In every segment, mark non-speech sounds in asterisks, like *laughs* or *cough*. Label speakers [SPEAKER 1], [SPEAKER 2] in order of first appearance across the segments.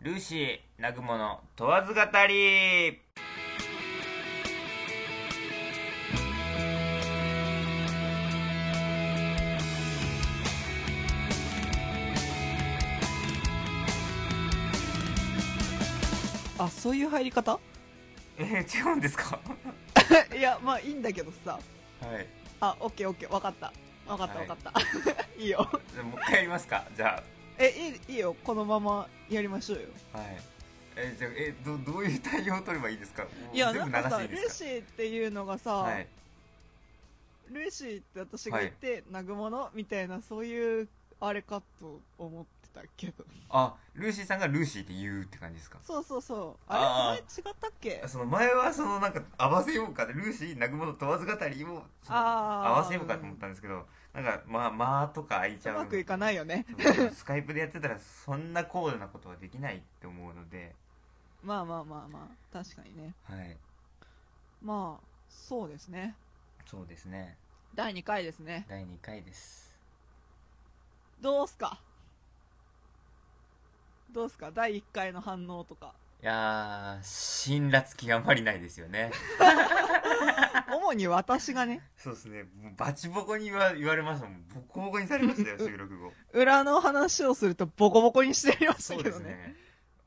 [SPEAKER 1] ルーシー南雲の問わず語り *laughs*
[SPEAKER 2] あそういう入り方
[SPEAKER 1] え違うんですか
[SPEAKER 2] *laughs* いやまあいいんだけどさ
[SPEAKER 1] はい
[SPEAKER 2] あオッケーオッケー分かった分かった
[SPEAKER 1] は
[SPEAKER 2] 分
[SPEAKER 1] い
[SPEAKER 2] かった、 *laughs* い、いよ
[SPEAKER 1] じゃあもう一回やりますかじゃ
[SPEAKER 2] えいいいいよこのままやりましょうよ
[SPEAKER 1] あはいえじゃあえどどういう対応を取ればいいですかもう
[SPEAKER 2] いやな
[SPEAKER 1] 全
[SPEAKER 2] ん
[SPEAKER 1] 部流し
[SPEAKER 2] かさ
[SPEAKER 1] ていい
[SPEAKER 2] ル
[SPEAKER 1] で
[SPEAKER 2] ー
[SPEAKER 1] す
[SPEAKER 2] シーっていうのがさ、
[SPEAKER 1] かはい
[SPEAKER 2] ルーシーって私が言って、なぐものみたいなそういうあれかと思ってたけど
[SPEAKER 1] あルーシーさんがルーシーって言うって感じですか
[SPEAKER 2] そうそうそう
[SPEAKER 1] あー
[SPEAKER 2] あれ前違ったっけ
[SPEAKER 1] その前はそのなんか合わせようかでルーシー南雲の問わず語りもその
[SPEAKER 2] あー
[SPEAKER 1] 合わせようかと思ったんですけどなんかまあまあとか開いち
[SPEAKER 2] う
[SPEAKER 1] ゃう
[SPEAKER 2] まくいかないよね
[SPEAKER 1] そうスカイプでやってたらそんな高度なことはできないって思うので
[SPEAKER 2] まあまあまあまあ確かにね
[SPEAKER 1] はい
[SPEAKER 2] まあそうですね
[SPEAKER 1] そうですね
[SPEAKER 2] 第2回ですね
[SPEAKER 1] 第2回です
[SPEAKER 2] どうすかどうすか第1回の反応とか
[SPEAKER 1] いやー辛辣気があまりないですよね
[SPEAKER 2] 主に私がね
[SPEAKER 1] そうですねもうバチボコに言わ言われましたもんボコボコにされま *laughs* したよ収録後
[SPEAKER 2] 裏の話をするとボコボコにしてました
[SPEAKER 1] そう
[SPEAKER 2] け
[SPEAKER 1] で
[SPEAKER 2] ど
[SPEAKER 1] す
[SPEAKER 2] ね
[SPEAKER 1] ね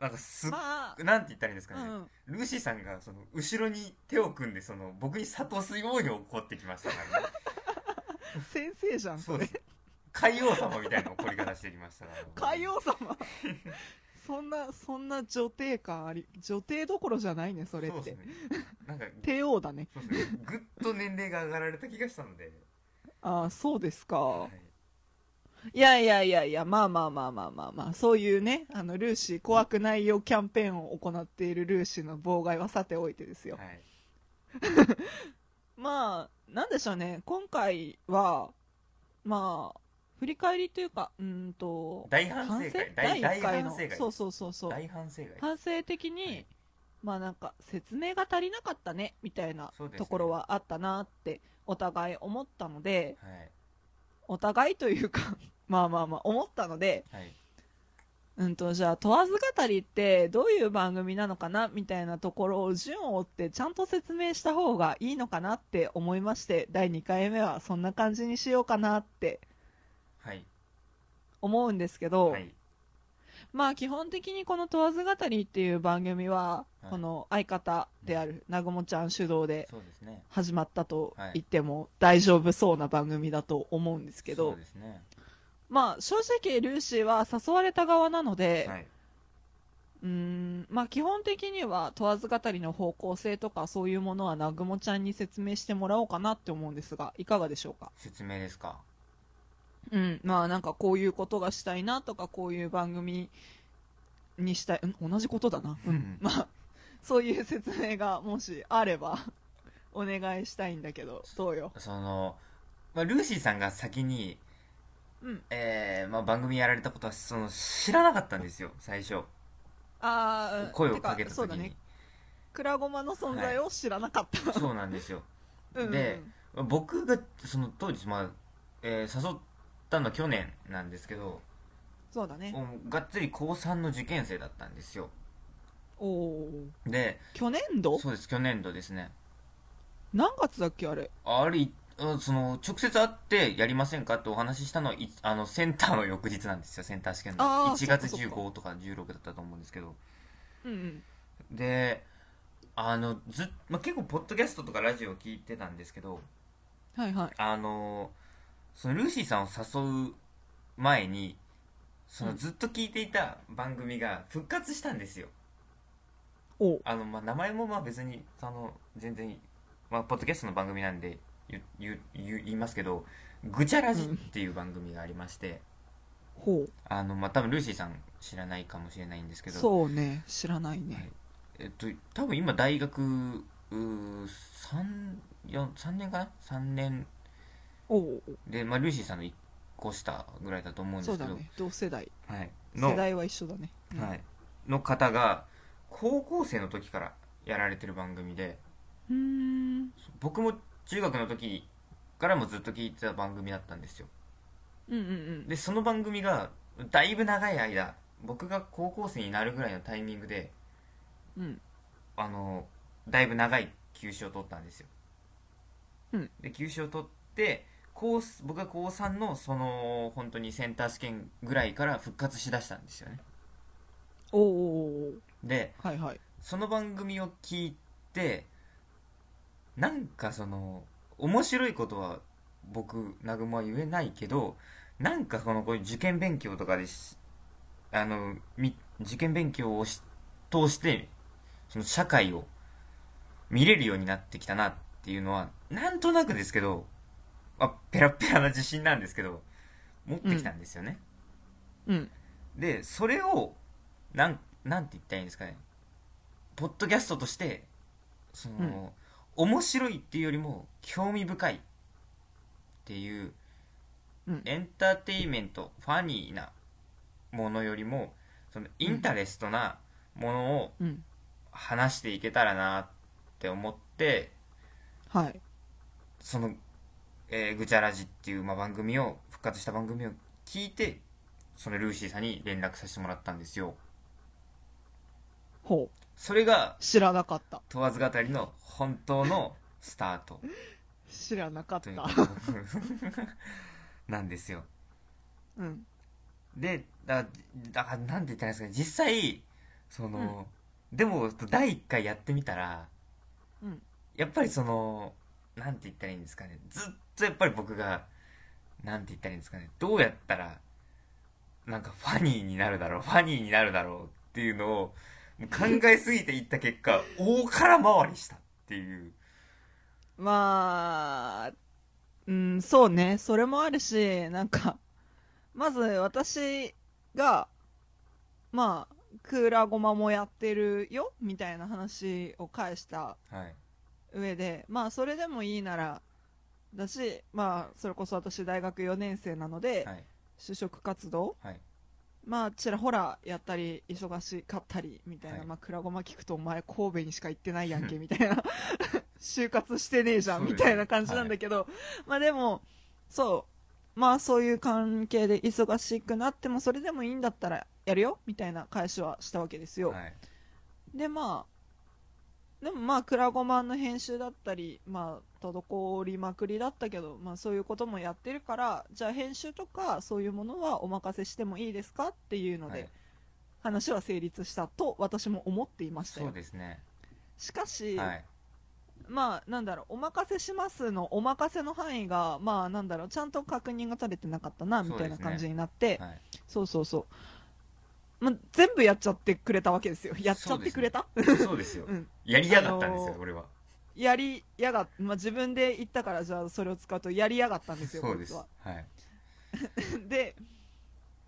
[SPEAKER 1] なんかすっ
[SPEAKER 2] まあ
[SPEAKER 1] なんて言ったらいいんですか
[SPEAKER 2] う
[SPEAKER 1] ね、
[SPEAKER 2] ん
[SPEAKER 1] ルーシーさんがその後ろに手を組んでその僕に諭すように怒ってきましたから
[SPEAKER 2] *laughs*
[SPEAKER 1] ね
[SPEAKER 2] 先生じゃん
[SPEAKER 1] そうです海王様みたいな怒り方してきましたから
[SPEAKER 2] 海王様そんなそんな女帝感あり女帝どころじゃないねそれ
[SPEAKER 1] そう
[SPEAKER 2] っ
[SPEAKER 1] で
[SPEAKER 2] て、
[SPEAKER 1] すねなんか
[SPEAKER 2] 帝王だね
[SPEAKER 1] そうですねぐっと年齢が上がられた気がしたので
[SPEAKER 2] ああそうですか
[SPEAKER 1] はい
[SPEAKER 2] やいやいやいやまあまあまあまあまあまあそういうねあのルーシー怖くないよキャンペーンを行っているルーシーの妨害はさておいてです
[SPEAKER 1] い、
[SPEAKER 2] よ、
[SPEAKER 1] はい、
[SPEAKER 2] まあなんでしょうね今回はまあ振り返りというかうーんと
[SPEAKER 1] 大反省会
[SPEAKER 2] 第
[SPEAKER 1] 大大
[SPEAKER 2] 1回
[SPEAKER 1] 反
[SPEAKER 2] の
[SPEAKER 1] 省会
[SPEAKER 2] そうそうそうそう
[SPEAKER 1] 大反省会
[SPEAKER 2] 反省的に、
[SPEAKER 1] はい
[SPEAKER 2] まあなんか説明が足りなかったねみたいな
[SPEAKER 1] そうですね
[SPEAKER 2] ところはあったなってお互い思ったので
[SPEAKER 1] はい
[SPEAKER 2] お互いというか *laughs* まあまあまあ思ったので、
[SPEAKER 1] はい
[SPEAKER 2] うん、とじゃあ問わず語りってどういう番組なのかなみたいなところを順を追ってちゃんと説明した方がいいのかなって思いまして第2回目はそんな感じにしようかなって
[SPEAKER 1] はい
[SPEAKER 2] 思うんですけど、
[SPEAKER 1] はい
[SPEAKER 2] まあ基本的にこの「問わず語り」っていう番組は、
[SPEAKER 1] はい
[SPEAKER 2] この相方であるなごもちゃん主導で
[SPEAKER 1] そうですね
[SPEAKER 2] 始まったと言っても大丈夫そうな番組だと思うんですけど、
[SPEAKER 1] そうですね
[SPEAKER 2] まあ正直ルーシーは誘われた側なので、
[SPEAKER 1] はいう
[SPEAKER 2] ーんまあ基本的には問わず語りの方向性とかそういうものは南雲ちゃんに説明してもらおうかなって思うんですがいかがでしょうか
[SPEAKER 1] 説明ですか
[SPEAKER 2] うんまあなんかこういうことがしたいなとかこういう番組にしたい、うん、同じことだな、うん、まあそういう説明がもしあればお願いしたいんだけどどうよ
[SPEAKER 1] その、まあ、ルーシーさんが先に、
[SPEAKER 2] うん
[SPEAKER 1] えーまあ、番組やられたことはその知らなかったんですよ最初
[SPEAKER 2] ああ
[SPEAKER 1] 声をかけた時に
[SPEAKER 2] そうだねクラゴマの存在を知らなかった、
[SPEAKER 1] そうなんですよ
[SPEAKER 2] *laughs* うんうん
[SPEAKER 1] で僕がその当時、まあえー誘ったのは去年なんですけど
[SPEAKER 2] そうだね
[SPEAKER 1] もうがっつり高3の受験生だったんですよ
[SPEAKER 2] おお
[SPEAKER 1] で
[SPEAKER 2] 去年度
[SPEAKER 1] そうです去年度ですね
[SPEAKER 2] 何月だっけあれ
[SPEAKER 1] あれうんその直接会ってやりませんかってお話ししたのはいあのセンターの翌日なんですよセンター試験の
[SPEAKER 2] あー
[SPEAKER 1] 1月
[SPEAKER 2] そっか
[SPEAKER 1] 15
[SPEAKER 2] そっか
[SPEAKER 1] とか16だったと思うんですけど
[SPEAKER 2] うんうん
[SPEAKER 1] であのずっ、まあ、結構ポッドキャストとかラジオ聞いてたんですけど
[SPEAKER 2] はいはい
[SPEAKER 1] あのそのルーシーさんを誘う前にそうの
[SPEAKER 2] ん
[SPEAKER 1] ずっと聞いていた番組が復活したんですよ、
[SPEAKER 2] お
[SPEAKER 1] あの、まあ、名前もまあ別にあの全然、まあ、ポッドキャストの番組なんで言う言う言う言いますけど「ぐちゃラジ」っていう番組がありまして、
[SPEAKER 2] ほう
[SPEAKER 1] あのまあ、多分ルーシーさん知らないかもしれないんですけど
[SPEAKER 2] そうね知らないね、
[SPEAKER 1] えっと、多分今大学うー三四三年かな3年
[SPEAKER 2] おうおう
[SPEAKER 1] で、まあ、ルーシーさんの1個下ぐらいだと思うんで
[SPEAKER 2] そう
[SPEAKER 1] すけ
[SPEAKER 2] だ
[SPEAKER 1] ど、
[SPEAKER 2] ね同世代
[SPEAKER 1] はい、の
[SPEAKER 2] 世代は一緒だね、うん
[SPEAKER 1] はい、の方が高校生の時からやられてる番組で
[SPEAKER 2] うーん
[SPEAKER 1] 僕も中学の時からもずっと聞いてた番組だったんですよ
[SPEAKER 2] うんうんうん
[SPEAKER 1] でその番組がだいぶ長い間僕が高校生になるぐらいのタイミングで
[SPEAKER 2] うん
[SPEAKER 1] あのだいぶ長い休止を取ったんですよ、
[SPEAKER 2] うん
[SPEAKER 1] で休止を取って高す僕が高3のその本当にセンター試験ぐらいから復活しだしたんですよね
[SPEAKER 2] おーおーおー
[SPEAKER 1] で
[SPEAKER 2] はいはい
[SPEAKER 1] その番組を聞いてなんかその面白いことは僕南雲は言えないけどなんかこのこういう受験勉強とかでしあのみ受験勉強をし通してその社会を見れるようになってきたなっていうのはなんとなくですけど、まあ、ペラペラな自信なんですけど持ってきたんですよね、
[SPEAKER 2] うん
[SPEAKER 1] でそれをなんなんて言ったらいいんですかねポッドキャストとしてその、
[SPEAKER 2] うん
[SPEAKER 1] 面白いっていうよりも興味深いっていう
[SPEAKER 2] うん
[SPEAKER 1] エンターテインメントファニーなものよりもそのインタレストなものを
[SPEAKER 2] うん
[SPEAKER 1] 話していけたらなって思って
[SPEAKER 2] はい
[SPEAKER 1] その、えーぐちゃらじっていう、まあ、番組を復活した番組を聞いてそのルーシーさんに連絡させてもらったんですよ
[SPEAKER 2] ほう
[SPEAKER 1] それが
[SPEAKER 2] 知らなかった
[SPEAKER 1] 問わず語りの本当のスタート
[SPEAKER 2] 知らなかっ
[SPEAKER 1] という
[SPEAKER 2] た
[SPEAKER 1] *laughs* なんですよ
[SPEAKER 2] うん
[SPEAKER 1] でだだからなんて言ったらいいんですかね実際その、でも第1回やってみたら
[SPEAKER 2] うん
[SPEAKER 1] やっぱりそのなんて言ったらいいんですかねずっとやっぱり僕がなんて言ったらいいんですかねどうやったらなんかファニーになるだろうファニーになるだろうっていうのを考えすぎていった結果大空回りしたっていう
[SPEAKER 2] まあうんそうねそれもあるしなんかまず私がまあクーラーごまもやってるよみたいな話を返した
[SPEAKER 1] はい
[SPEAKER 2] 上でまあそれでもいいならだしまあそれこそ私大学4年生なので、
[SPEAKER 1] はい
[SPEAKER 2] 就職活動
[SPEAKER 1] はい
[SPEAKER 2] まあちらほらやったり忙しかったりみたいな、
[SPEAKER 1] はい
[SPEAKER 2] まあ倉ごま聞くとお前神戸にしか行ってないやんけみたいな *laughs* 就活してねえじゃん
[SPEAKER 1] そう
[SPEAKER 2] み
[SPEAKER 1] ですね
[SPEAKER 2] たいな感じなんだけど、まあでもそうまあそういう関係で忙しくなってもそれでもいいんだったらやるよみたいな返しはしたわけですよ、
[SPEAKER 1] はい
[SPEAKER 2] でまあでもまあクラゴマンの編集だったりまあ滞りまくりだったけど、まあ、そういうこともやってるからじゃあ編集とかそういうものはお任せしてもいいですかっていうので、
[SPEAKER 1] はい
[SPEAKER 2] 話は成立したと私も思っていました
[SPEAKER 1] そう
[SPEAKER 2] よ
[SPEAKER 1] ですね
[SPEAKER 2] しかし、
[SPEAKER 1] はい
[SPEAKER 2] まあなんだろうお任せしますのお任せの範囲がまあなんだろうちゃんと確認が取れてなかったなみたいな感じになって
[SPEAKER 1] はい
[SPEAKER 2] そう,、そうそうまあ、全部やっちゃってくれたわけですよやっちゃってくれた
[SPEAKER 1] そうですよ、
[SPEAKER 2] うん
[SPEAKER 1] やりやがったんですよ、
[SPEAKER 2] あのー
[SPEAKER 1] 俺は
[SPEAKER 2] やりやがっ、まあ、自分で言ったからじゃあそれを使うとやりやがったんですよ
[SPEAKER 1] そうです
[SPEAKER 2] こ
[SPEAKER 1] はい *laughs*
[SPEAKER 2] いつは *laughs* で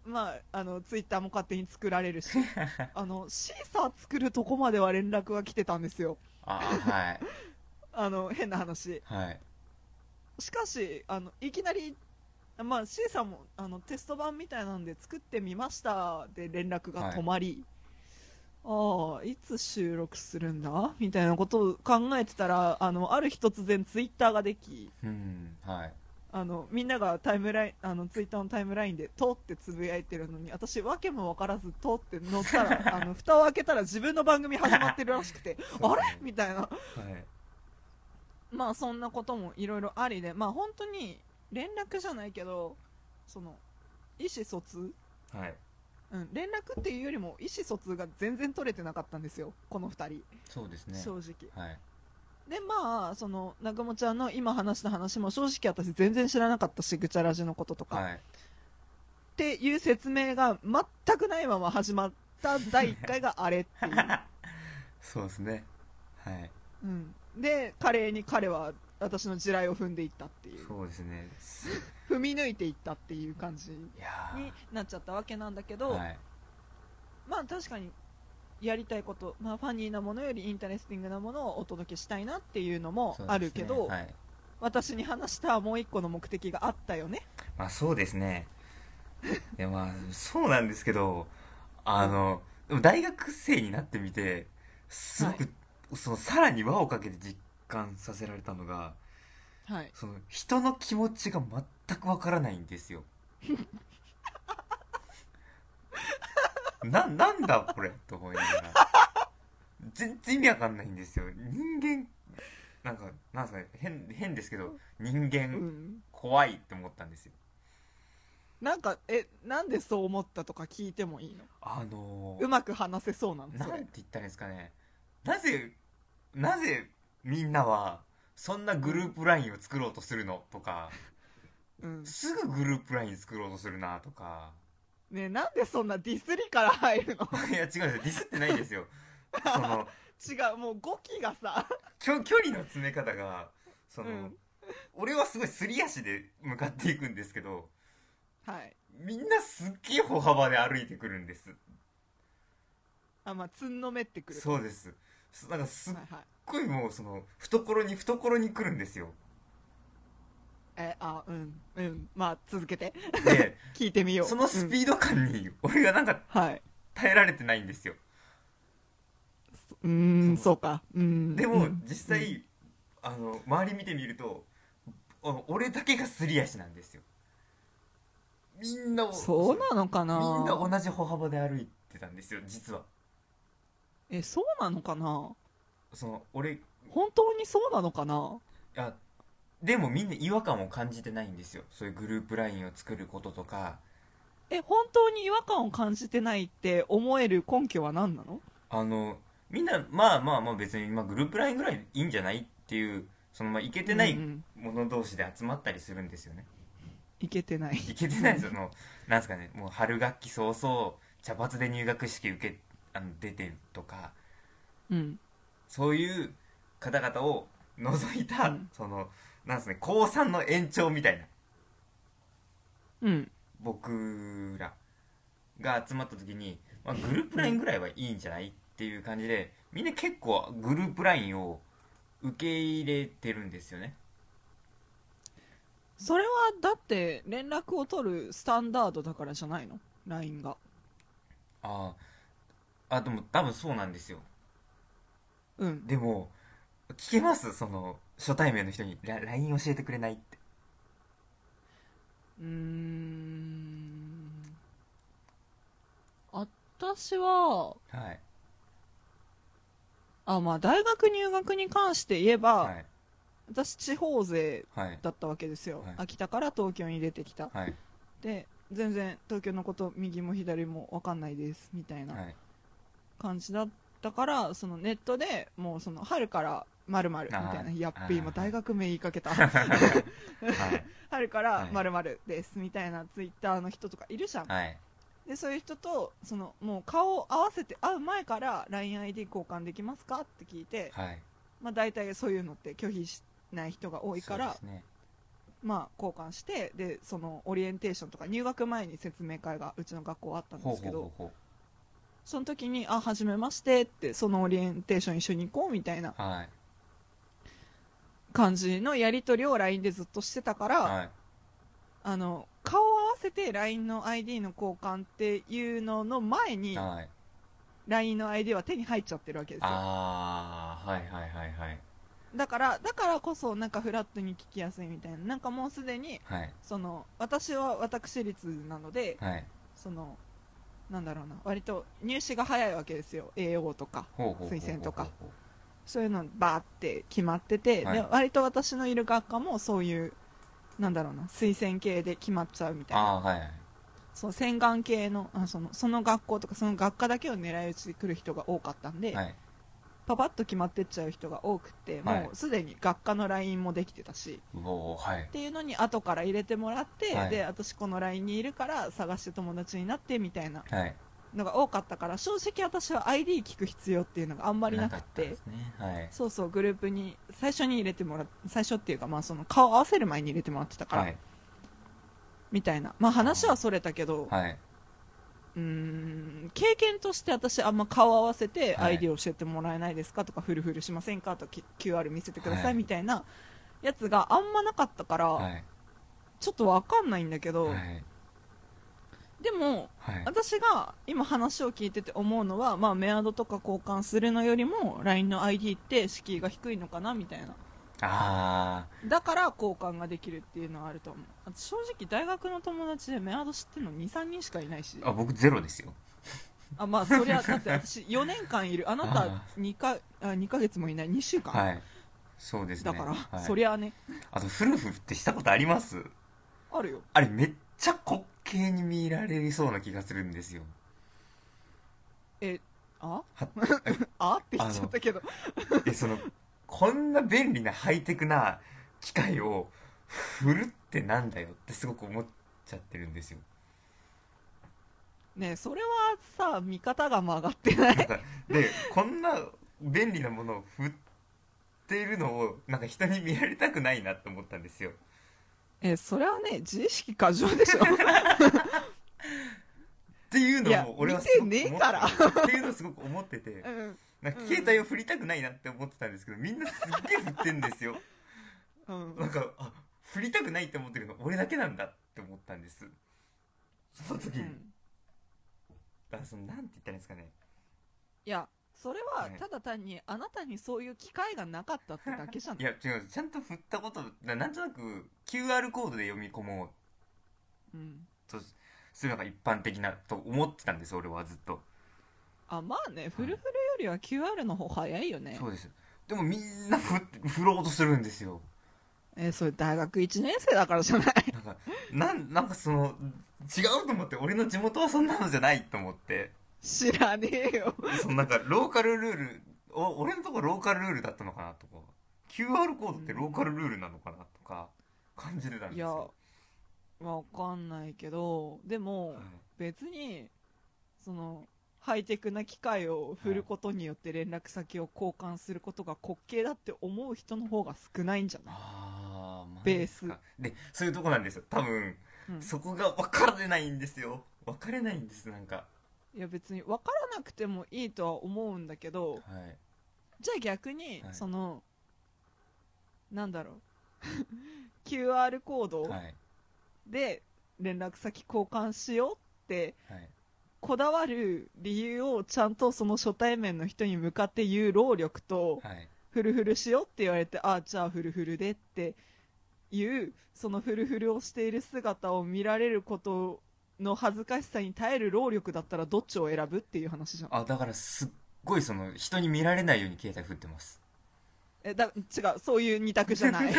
[SPEAKER 2] まああのツイッターも勝手に作られ
[SPEAKER 1] *laughs*
[SPEAKER 2] るしあのシーサー作るとこまでは連絡が来てたんですよ
[SPEAKER 1] あーはい
[SPEAKER 2] あの変な話
[SPEAKER 1] はい
[SPEAKER 2] しかしあのいきなりまあ C さんもあのテスト版みたいなんで作ってみましたで連絡が止まり、ああいつ収録するんだみたいなことを考えてたらあのある日突然ツイッターができ
[SPEAKER 1] うんはい
[SPEAKER 2] あのみんながタイムラインあのツイッターのタイムラインで「と」ってつぶやいてるのに私訳も分からず「と」って乗ったらあの蓋を開けたら自分の番組始まってるらしくてあれみたいな
[SPEAKER 1] はい
[SPEAKER 2] まあそんなこともいろいろありでまあ本当に連絡じゃないけどその意思疎通、
[SPEAKER 1] はい
[SPEAKER 2] うん、連絡っていうよりも意思疎通が全然取れてなかったんですよこの2人、
[SPEAKER 1] そうですね
[SPEAKER 2] 正直
[SPEAKER 1] はい
[SPEAKER 2] でまあその南雲ちゃんの今話した話も正直私全然知らなかったしぐちゃらじのこととか、
[SPEAKER 1] はい *laughs*
[SPEAKER 2] っていう説明が全くないまま始まった第1回があれっ
[SPEAKER 1] *laughs*
[SPEAKER 2] ていう、
[SPEAKER 1] そうですねはい
[SPEAKER 2] うん、で華麗に彼は私の地雷を踏んでいったっていう
[SPEAKER 1] そうですね
[SPEAKER 2] 踏み抜いていったっていう感じに
[SPEAKER 1] いやー
[SPEAKER 2] なっちゃったわけなんだけど、
[SPEAKER 1] はい
[SPEAKER 2] まあ確かにやりたいこと、まあ、ファニーなものよりインタレスティングなものをお届けしたいなっていうのも
[SPEAKER 1] そうですね
[SPEAKER 2] あるけど、
[SPEAKER 1] はい
[SPEAKER 2] 私に話したもう一個の目的があったよね
[SPEAKER 1] まあそうですねいやまあそうなんですけどあのでも大学生になってみてすごく、
[SPEAKER 2] は
[SPEAKER 1] そのさらに輪をかけて実感させられたのが
[SPEAKER 2] はい
[SPEAKER 1] その人の気持ちが全くわからないんですよ。 *laughs* な、なんだこれと思いながら。全然意味わかんないんですよ。人間、なんか、なんすかね、変、変ですけど、人
[SPEAKER 2] う
[SPEAKER 1] 間、
[SPEAKER 2] ん、
[SPEAKER 1] 怖いって思ったんですよ。
[SPEAKER 2] なんかえなんでそう思ったとか聞いてもいいの
[SPEAKER 1] あの
[SPEAKER 2] うまく話せそうなの
[SPEAKER 1] な
[SPEAKER 2] そ
[SPEAKER 1] ん
[SPEAKER 2] れ
[SPEAKER 1] て言ったらいいんですかね。なぜ、なぜみんなは、そんなグループラインを作ろうとするのとか、
[SPEAKER 2] うん
[SPEAKER 1] すぐグループライン作ろうとするなとか。
[SPEAKER 2] ねえなんでそんなディスりから入るの
[SPEAKER 1] いや、違うんですよ。ディスってないんですよ。その、
[SPEAKER 2] 違うもう語気がさ *laughs*
[SPEAKER 1] きょ距離の詰め方が、その、
[SPEAKER 2] うん
[SPEAKER 1] 俺はすごいすり足で向かっていくんですけど、
[SPEAKER 2] はい
[SPEAKER 1] みんなすっげえ歩幅で歩いてくるんです。
[SPEAKER 2] あまあつんのめってくる
[SPEAKER 1] そうです。すなんかすっ
[SPEAKER 2] はいはい
[SPEAKER 1] ごいもうその、懐に懐に来るんですよ。
[SPEAKER 2] えあうんうんまあ続けて
[SPEAKER 1] で、
[SPEAKER 2] 聞いてみよう
[SPEAKER 1] そのス
[SPEAKER 2] ー
[SPEAKER 1] ピード感に俺がなんか
[SPEAKER 2] ド、はい
[SPEAKER 1] 耐えられてないんですよ。
[SPEAKER 2] うーん
[SPEAKER 1] そう
[SPEAKER 2] そうかうん
[SPEAKER 1] で
[SPEAKER 2] う
[SPEAKER 1] も
[SPEAKER 2] ん
[SPEAKER 1] 実際、あの、周り見てみると、あ俺だけがすり足なんですよ。みんなを、
[SPEAKER 2] そうなのかな
[SPEAKER 1] みんな同じ歩幅で歩いてたんですよ、実は。
[SPEAKER 2] えそうなのかな
[SPEAKER 1] その、俺、
[SPEAKER 2] 本当にそうなのかな
[SPEAKER 1] あでもみんな違和感を感じてないんですよそういうグループラインを作ることとか
[SPEAKER 2] え本当に違和感を感じてないって思える根拠は何なの
[SPEAKER 1] あのみんなまあまあまあ別に、まあ、グループラインぐらいいいんじゃないっていうそのまあいけてない
[SPEAKER 2] うんうん
[SPEAKER 1] 者同士で集まったりするんですよね、
[SPEAKER 2] いけてない
[SPEAKER 1] いけてないそのなんですかねもう春学期早々茶髪で入学式受けあの出てるとか
[SPEAKER 2] うん
[SPEAKER 1] そういう方々を除いた、
[SPEAKER 2] うん
[SPEAKER 1] そのなんですかね高3の延長みたいな
[SPEAKER 2] うん
[SPEAKER 1] 僕らが集まった時に、まあ、グループラインぐらいはいいんじゃないっていう感じでみんな結構グループラインを受け入れてるんですよね
[SPEAKER 2] それはだって連絡を取るスタンダードだからじゃないの LINE が
[SPEAKER 1] あああでも多分そうなんですよ
[SPEAKER 2] うん
[SPEAKER 1] でも聞けますその初対面の人にラ LINE 教えてくれないって
[SPEAKER 2] うーん私は
[SPEAKER 1] はい
[SPEAKER 2] あまあ大学入学に関して言えば、
[SPEAKER 1] はい
[SPEAKER 2] 私地方勢
[SPEAKER 1] はい
[SPEAKER 2] だったわけですよ、
[SPEAKER 1] はい
[SPEAKER 2] 秋田から東京に出てきた
[SPEAKER 1] はい
[SPEAKER 2] で全然東京のこと右も左も分かんないですみたいな
[SPEAKER 1] はい
[SPEAKER 2] 感じだったからそのネットでもうその春からまるみたい
[SPEAKER 1] あ
[SPEAKER 2] な
[SPEAKER 1] ー
[SPEAKER 2] やっ
[SPEAKER 1] あ
[SPEAKER 2] べ
[SPEAKER 1] ー
[SPEAKER 2] 今大学名言いか
[SPEAKER 1] *laughs*
[SPEAKER 2] けた
[SPEAKER 1] はい
[SPEAKER 2] 春から
[SPEAKER 1] はい
[SPEAKER 2] まるですみたいなツイッターの人とかいるじゃん、
[SPEAKER 1] はい
[SPEAKER 2] でそういう人とそのもう顔を合わせて会う前から LINEID 交換できますかって聞いて、
[SPEAKER 1] はい
[SPEAKER 2] まあ、大体そういうのって拒否しない人が *laughs* 多いか
[SPEAKER 1] そう
[SPEAKER 2] ら、
[SPEAKER 1] ですね
[SPEAKER 2] まあ、交換してでそのオリエンテーションとか入学前に説明会がうちの学校あったん
[SPEAKER 1] ほ
[SPEAKER 2] で
[SPEAKER 1] うほ
[SPEAKER 2] すけ
[SPEAKER 1] う
[SPEAKER 2] ど
[SPEAKER 1] ほうほ
[SPEAKER 2] その時に「あはじめまして」ってそのオリエンテーション一緒に行こうみたいな
[SPEAKER 1] うはい
[SPEAKER 2] 感じのやり取りを LINE でずっとしてたから、
[SPEAKER 1] はい
[SPEAKER 2] あの顔を合わせて LINE の ID の交換っていうのの前に
[SPEAKER 1] はい
[SPEAKER 2] LINE の ID は手に入っちゃってるわけですよ
[SPEAKER 1] ああはいはいはいはい
[SPEAKER 2] だからだからこそなんかフラットに聞きやすいみたいななんかもうすでに
[SPEAKER 1] はい
[SPEAKER 2] その私は私立なので
[SPEAKER 1] はい
[SPEAKER 2] そのなんだろうな割と入試が早いわけですよ AO とか
[SPEAKER 1] ほうほうほうほう
[SPEAKER 2] 推薦とか
[SPEAKER 1] ほう
[SPEAKER 2] そういうのバーって決まってて、
[SPEAKER 1] はい
[SPEAKER 2] で割と私のいる学科もそういうなんだろうな推薦系で決まっちゃうみたいな
[SPEAKER 1] ああはいはい
[SPEAKER 2] そう洗顔系のあそのその学校とかその学科だけを狙い撃ちで来る人が多かったんで、
[SPEAKER 1] はい
[SPEAKER 2] パパッと決まってっちゃう人が多くて、
[SPEAKER 1] はい
[SPEAKER 2] もうすでに学科の LINE もできてたし
[SPEAKER 1] うおーはい
[SPEAKER 2] っていうのに後から入れてもらって、
[SPEAKER 1] はい
[SPEAKER 2] で私この LINE にいるから探して友達になってみたいな
[SPEAKER 1] はい
[SPEAKER 2] のが多かったから正直私は ID 聞く必要っていうのがあんまりな
[SPEAKER 1] か
[SPEAKER 2] く
[SPEAKER 1] った
[SPEAKER 2] て
[SPEAKER 1] ですねはい
[SPEAKER 2] そうそうグループに最初に入れてもらっ最初っていうかまあその顔合わせる前に入れてもらってたから、
[SPEAKER 1] はい
[SPEAKER 2] みたいなまあ話はそれたけど、
[SPEAKER 1] はい、
[SPEAKER 2] うーん経験として私あんま顔合わせて
[SPEAKER 1] はい
[SPEAKER 2] ID 教えてもらえないですかとかフルフルしませんかとか QR 見せてくださ
[SPEAKER 1] はいい
[SPEAKER 2] みたいなやつがあんまなかったから、
[SPEAKER 1] はい、
[SPEAKER 2] ちょっとわかんないんだけど、
[SPEAKER 1] はい、
[SPEAKER 2] でも
[SPEAKER 1] はい、
[SPEAKER 2] 私が今話を聞いてて思うのは、まあ、メアドとか交換するのよりも LINE の ID って敷居が低いのかなみたいな
[SPEAKER 1] あ
[SPEAKER 2] だから交換ができるっていうのはあると思うあと正直大学の友達でメアド知ってるの23人しかいないし
[SPEAKER 1] ーあ、僕ゼロですよ。
[SPEAKER 2] あまあそりゃだって私4年 *laughs* 間いるあな
[SPEAKER 1] あ
[SPEAKER 2] た2かあ二ヶ月もいない2週間、
[SPEAKER 1] はいそうですね
[SPEAKER 2] だから、
[SPEAKER 1] はい、
[SPEAKER 2] そりゃね
[SPEAKER 1] あとフルフルってしたことあります
[SPEAKER 2] あるよ
[SPEAKER 1] あれめっちゃ滑稽に見られそうな気がするんですよ
[SPEAKER 2] えあ
[SPEAKER 1] は
[SPEAKER 2] *laughs* あって言っちゃったけど
[SPEAKER 1] でそのこんな便利なハイテクな機械を振るってなんだよってすごく思っちゃってるんですよ
[SPEAKER 2] ねえそれはさ見方が曲がって
[SPEAKER 1] *laughs* な
[SPEAKER 2] な
[SPEAKER 1] ん
[SPEAKER 2] い
[SPEAKER 1] かでこんな便利なものを振っているのをなんか人に見られたくないなって思ったんですよ
[SPEAKER 2] えそれはね自意識過剰
[SPEAKER 1] *laughs*
[SPEAKER 2] でしょ
[SPEAKER 1] っていう
[SPEAKER 2] い
[SPEAKER 1] の
[SPEAKER 2] や
[SPEAKER 1] も俺はすごく
[SPEAKER 2] 見てねえ
[SPEAKER 1] 思っ
[SPEAKER 2] から
[SPEAKER 1] てっていうのをすごく思ってて
[SPEAKER 2] うん
[SPEAKER 1] なんか携帯を振りたくないなって思ってたんですけどみんなすっげえ振ってんですよ
[SPEAKER 2] うん
[SPEAKER 1] なんかあ振りたくないって思ってるの俺だけなんだって思ったんですその時
[SPEAKER 2] う
[SPEAKER 1] に、
[SPEAKER 2] ん
[SPEAKER 1] だからそのなんて言ったらいいんですかね
[SPEAKER 2] いやそれは
[SPEAKER 1] ね
[SPEAKER 2] ただ単にあなたにそういう機会がなかったってだけじゃ
[SPEAKER 1] い
[SPEAKER 2] ない、
[SPEAKER 1] や違うちゃんと振ったことななんとなく QR コードで読み込もう
[SPEAKER 2] うん、
[SPEAKER 1] とするのが一般的なと思ってたんです俺はずっと、
[SPEAKER 2] あまあねフルフルよりは QR の方早いよね
[SPEAKER 1] そうですでもみんな振振ろうとするんですよ
[SPEAKER 2] えそれ大学1年生だからじゃない
[SPEAKER 1] なんかなんなんかその違うと思って俺の地元はそんなのじゃないと思って
[SPEAKER 2] 知らねえよ
[SPEAKER 1] そのなんかローカルルールお俺のとこローカルルールだったのかなとか QR コードってローカルルールなのかなとか感じてたんで
[SPEAKER 2] い
[SPEAKER 1] す
[SPEAKER 2] や
[SPEAKER 1] よ、
[SPEAKER 2] わかんないけどでも
[SPEAKER 1] はい
[SPEAKER 2] 別にそのハイテクな機械を振ることによって連絡先を交換することが滑稽だって思う人の方が少ないんじゃない、
[SPEAKER 1] あーマジですかでそういうとこなんですよ多分
[SPEAKER 2] うん
[SPEAKER 1] そこが分かられないんですよ分かれないんですなんか
[SPEAKER 2] いや別に分からなくてもいいとは思うんだけど
[SPEAKER 1] はい
[SPEAKER 2] じゃあ逆に、
[SPEAKER 1] はい
[SPEAKER 2] そのなんだろ *laughs* う QR コード
[SPEAKER 1] はい
[SPEAKER 2] で連絡先交換しようって
[SPEAKER 1] はい
[SPEAKER 2] こだわる理由をちゃんとその初対面の人に向かって言う労力と
[SPEAKER 1] はい
[SPEAKER 2] フルフルしようって言われてああじゃあフルフルでっていうそのフルフルをしている姿を見られることの恥ずかしさに耐える労力だったらどっちを選ぶっていう話じゃん
[SPEAKER 1] あだからすっごいその人に見られないように携帯振ってます
[SPEAKER 2] えだ違うそういう二択じゃない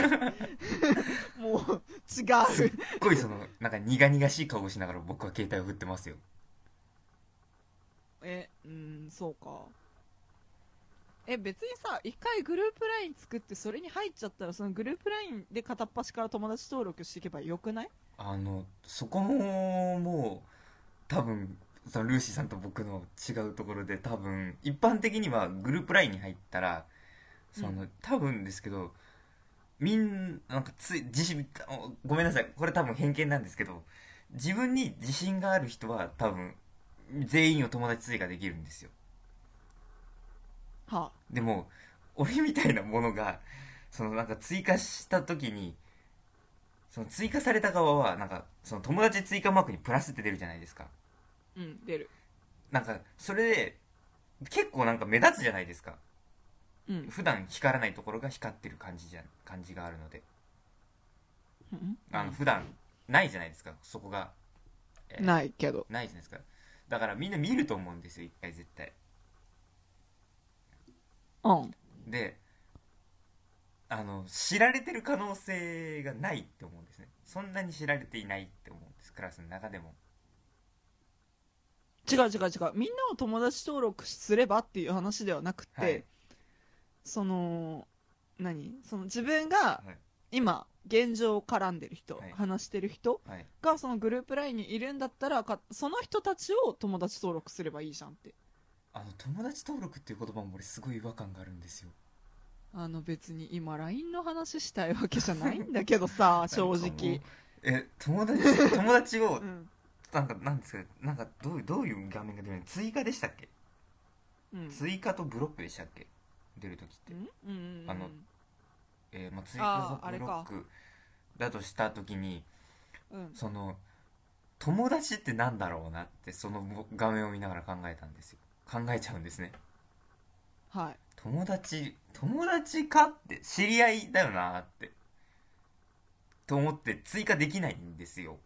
[SPEAKER 1] *laughs*
[SPEAKER 2] もう違う
[SPEAKER 1] すっごいそのなんか苦々しい顔をしながら僕は携帯を振ってますよ
[SPEAKER 2] えうんそうかえ別にさ一回グループ LINE 作ってそれに入っちゃったらそのグループ LINE で片っ端から友達登録していけばよくない
[SPEAKER 1] あのそこももう多分そのルーシーさんと僕の違うところで多分一般的にはグループ LINE に入ったらその、
[SPEAKER 2] う
[SPEAKER 1] 多分ですけどみんなんかつい自信おごめんなさいこれ多分偏見なんですけど自分に自信がある人は多分全員を友達追加できるんですよ
[SPEAKER 2] は
[SPEAKER 1] でも俺みたいなものがそのなんか追加した時にその追加された側はなんかその友達追加マークにプラスって出るじゃないですか
[SPEAKER 2] あうん出る
[SPEAKER 1] なんかそれで結構なんか目立つじゃないですか
[SPEAKER 2] うん
[SPEAKER 1] 普段光らないところが光ってる感じじゃん感じがあるので
[SPEAKER 2] うん
[SPEAKER 1] あの普段ないじゃないですかそこがえー
[SPEAKER 2] ないけど
[SPEAKER 1] ないじゃないですかだからみんな見ると思うんですよ一回絶対
[SPEAKER 2] うん
[SPEAKER 1] であの知られてる可能性がないって思うんですねそんなに知られていないって思うんですクラスの中でも
[SPEAKER 2] 違う違う違うみんなを友達登録すればっていう話ではなくて、
[SPEAKER 1] はい
[SPEAKER 2] その何その自分が
[SPEAKER 1] はい
[SPEAKER 2] 今現状絡んでる人、
[SPEAKER 1] はい
[SPEAKER 2] 話してる人
[SPEAKER 1] はい
[SPEAKER 2] がそのグループ LINE にいるんだったらかその人たちを友達登録すればいいじゃんって
[SPEAKER 1] あの友達登録っていう言葉も俺すごい違和感があるんですよ
[SPEAKER 2] あの別に今 LINE の話したいわけじゃないんだけどさ正
[SPEAKER 1] *laughs* なんかもう
[SPEAKER 2] 直
[SPEAKER 1] え友達 *laughs* 友達を
[SPEAKER 2] うん、
[SPEAKER 1] なんかなんですかなんかどういうどういう画面が出るの追加でしたっけ、
[SPEAKER 2] うん、
[SPEAKER 1] 追加とブロックでしたっけ出るときって
[SPEAKER 2] うんうんうん
[SPEAKER 1] あのえーまあ、追
[SPEAKER 2] あ
[SPEAKER 1] 加
[SPEAKER 2] ーあ
[SPEAKER 1] とブ
[SPEAKER 2] れ
[SPEAKER 1] ロ
[SPEAKER 2] か
[SPEAKER 1] ックだとしたときに
[SPEAKER 2] うん
[SPEAKER 1] その友達ってなんだろうなってその画面を見ながら考えたんですよ考えちゃうんですね
[SPEAKER 2] はい
[SPEAKER 1] 友達友達かって知り合いだよなってと思って追加できないんですよ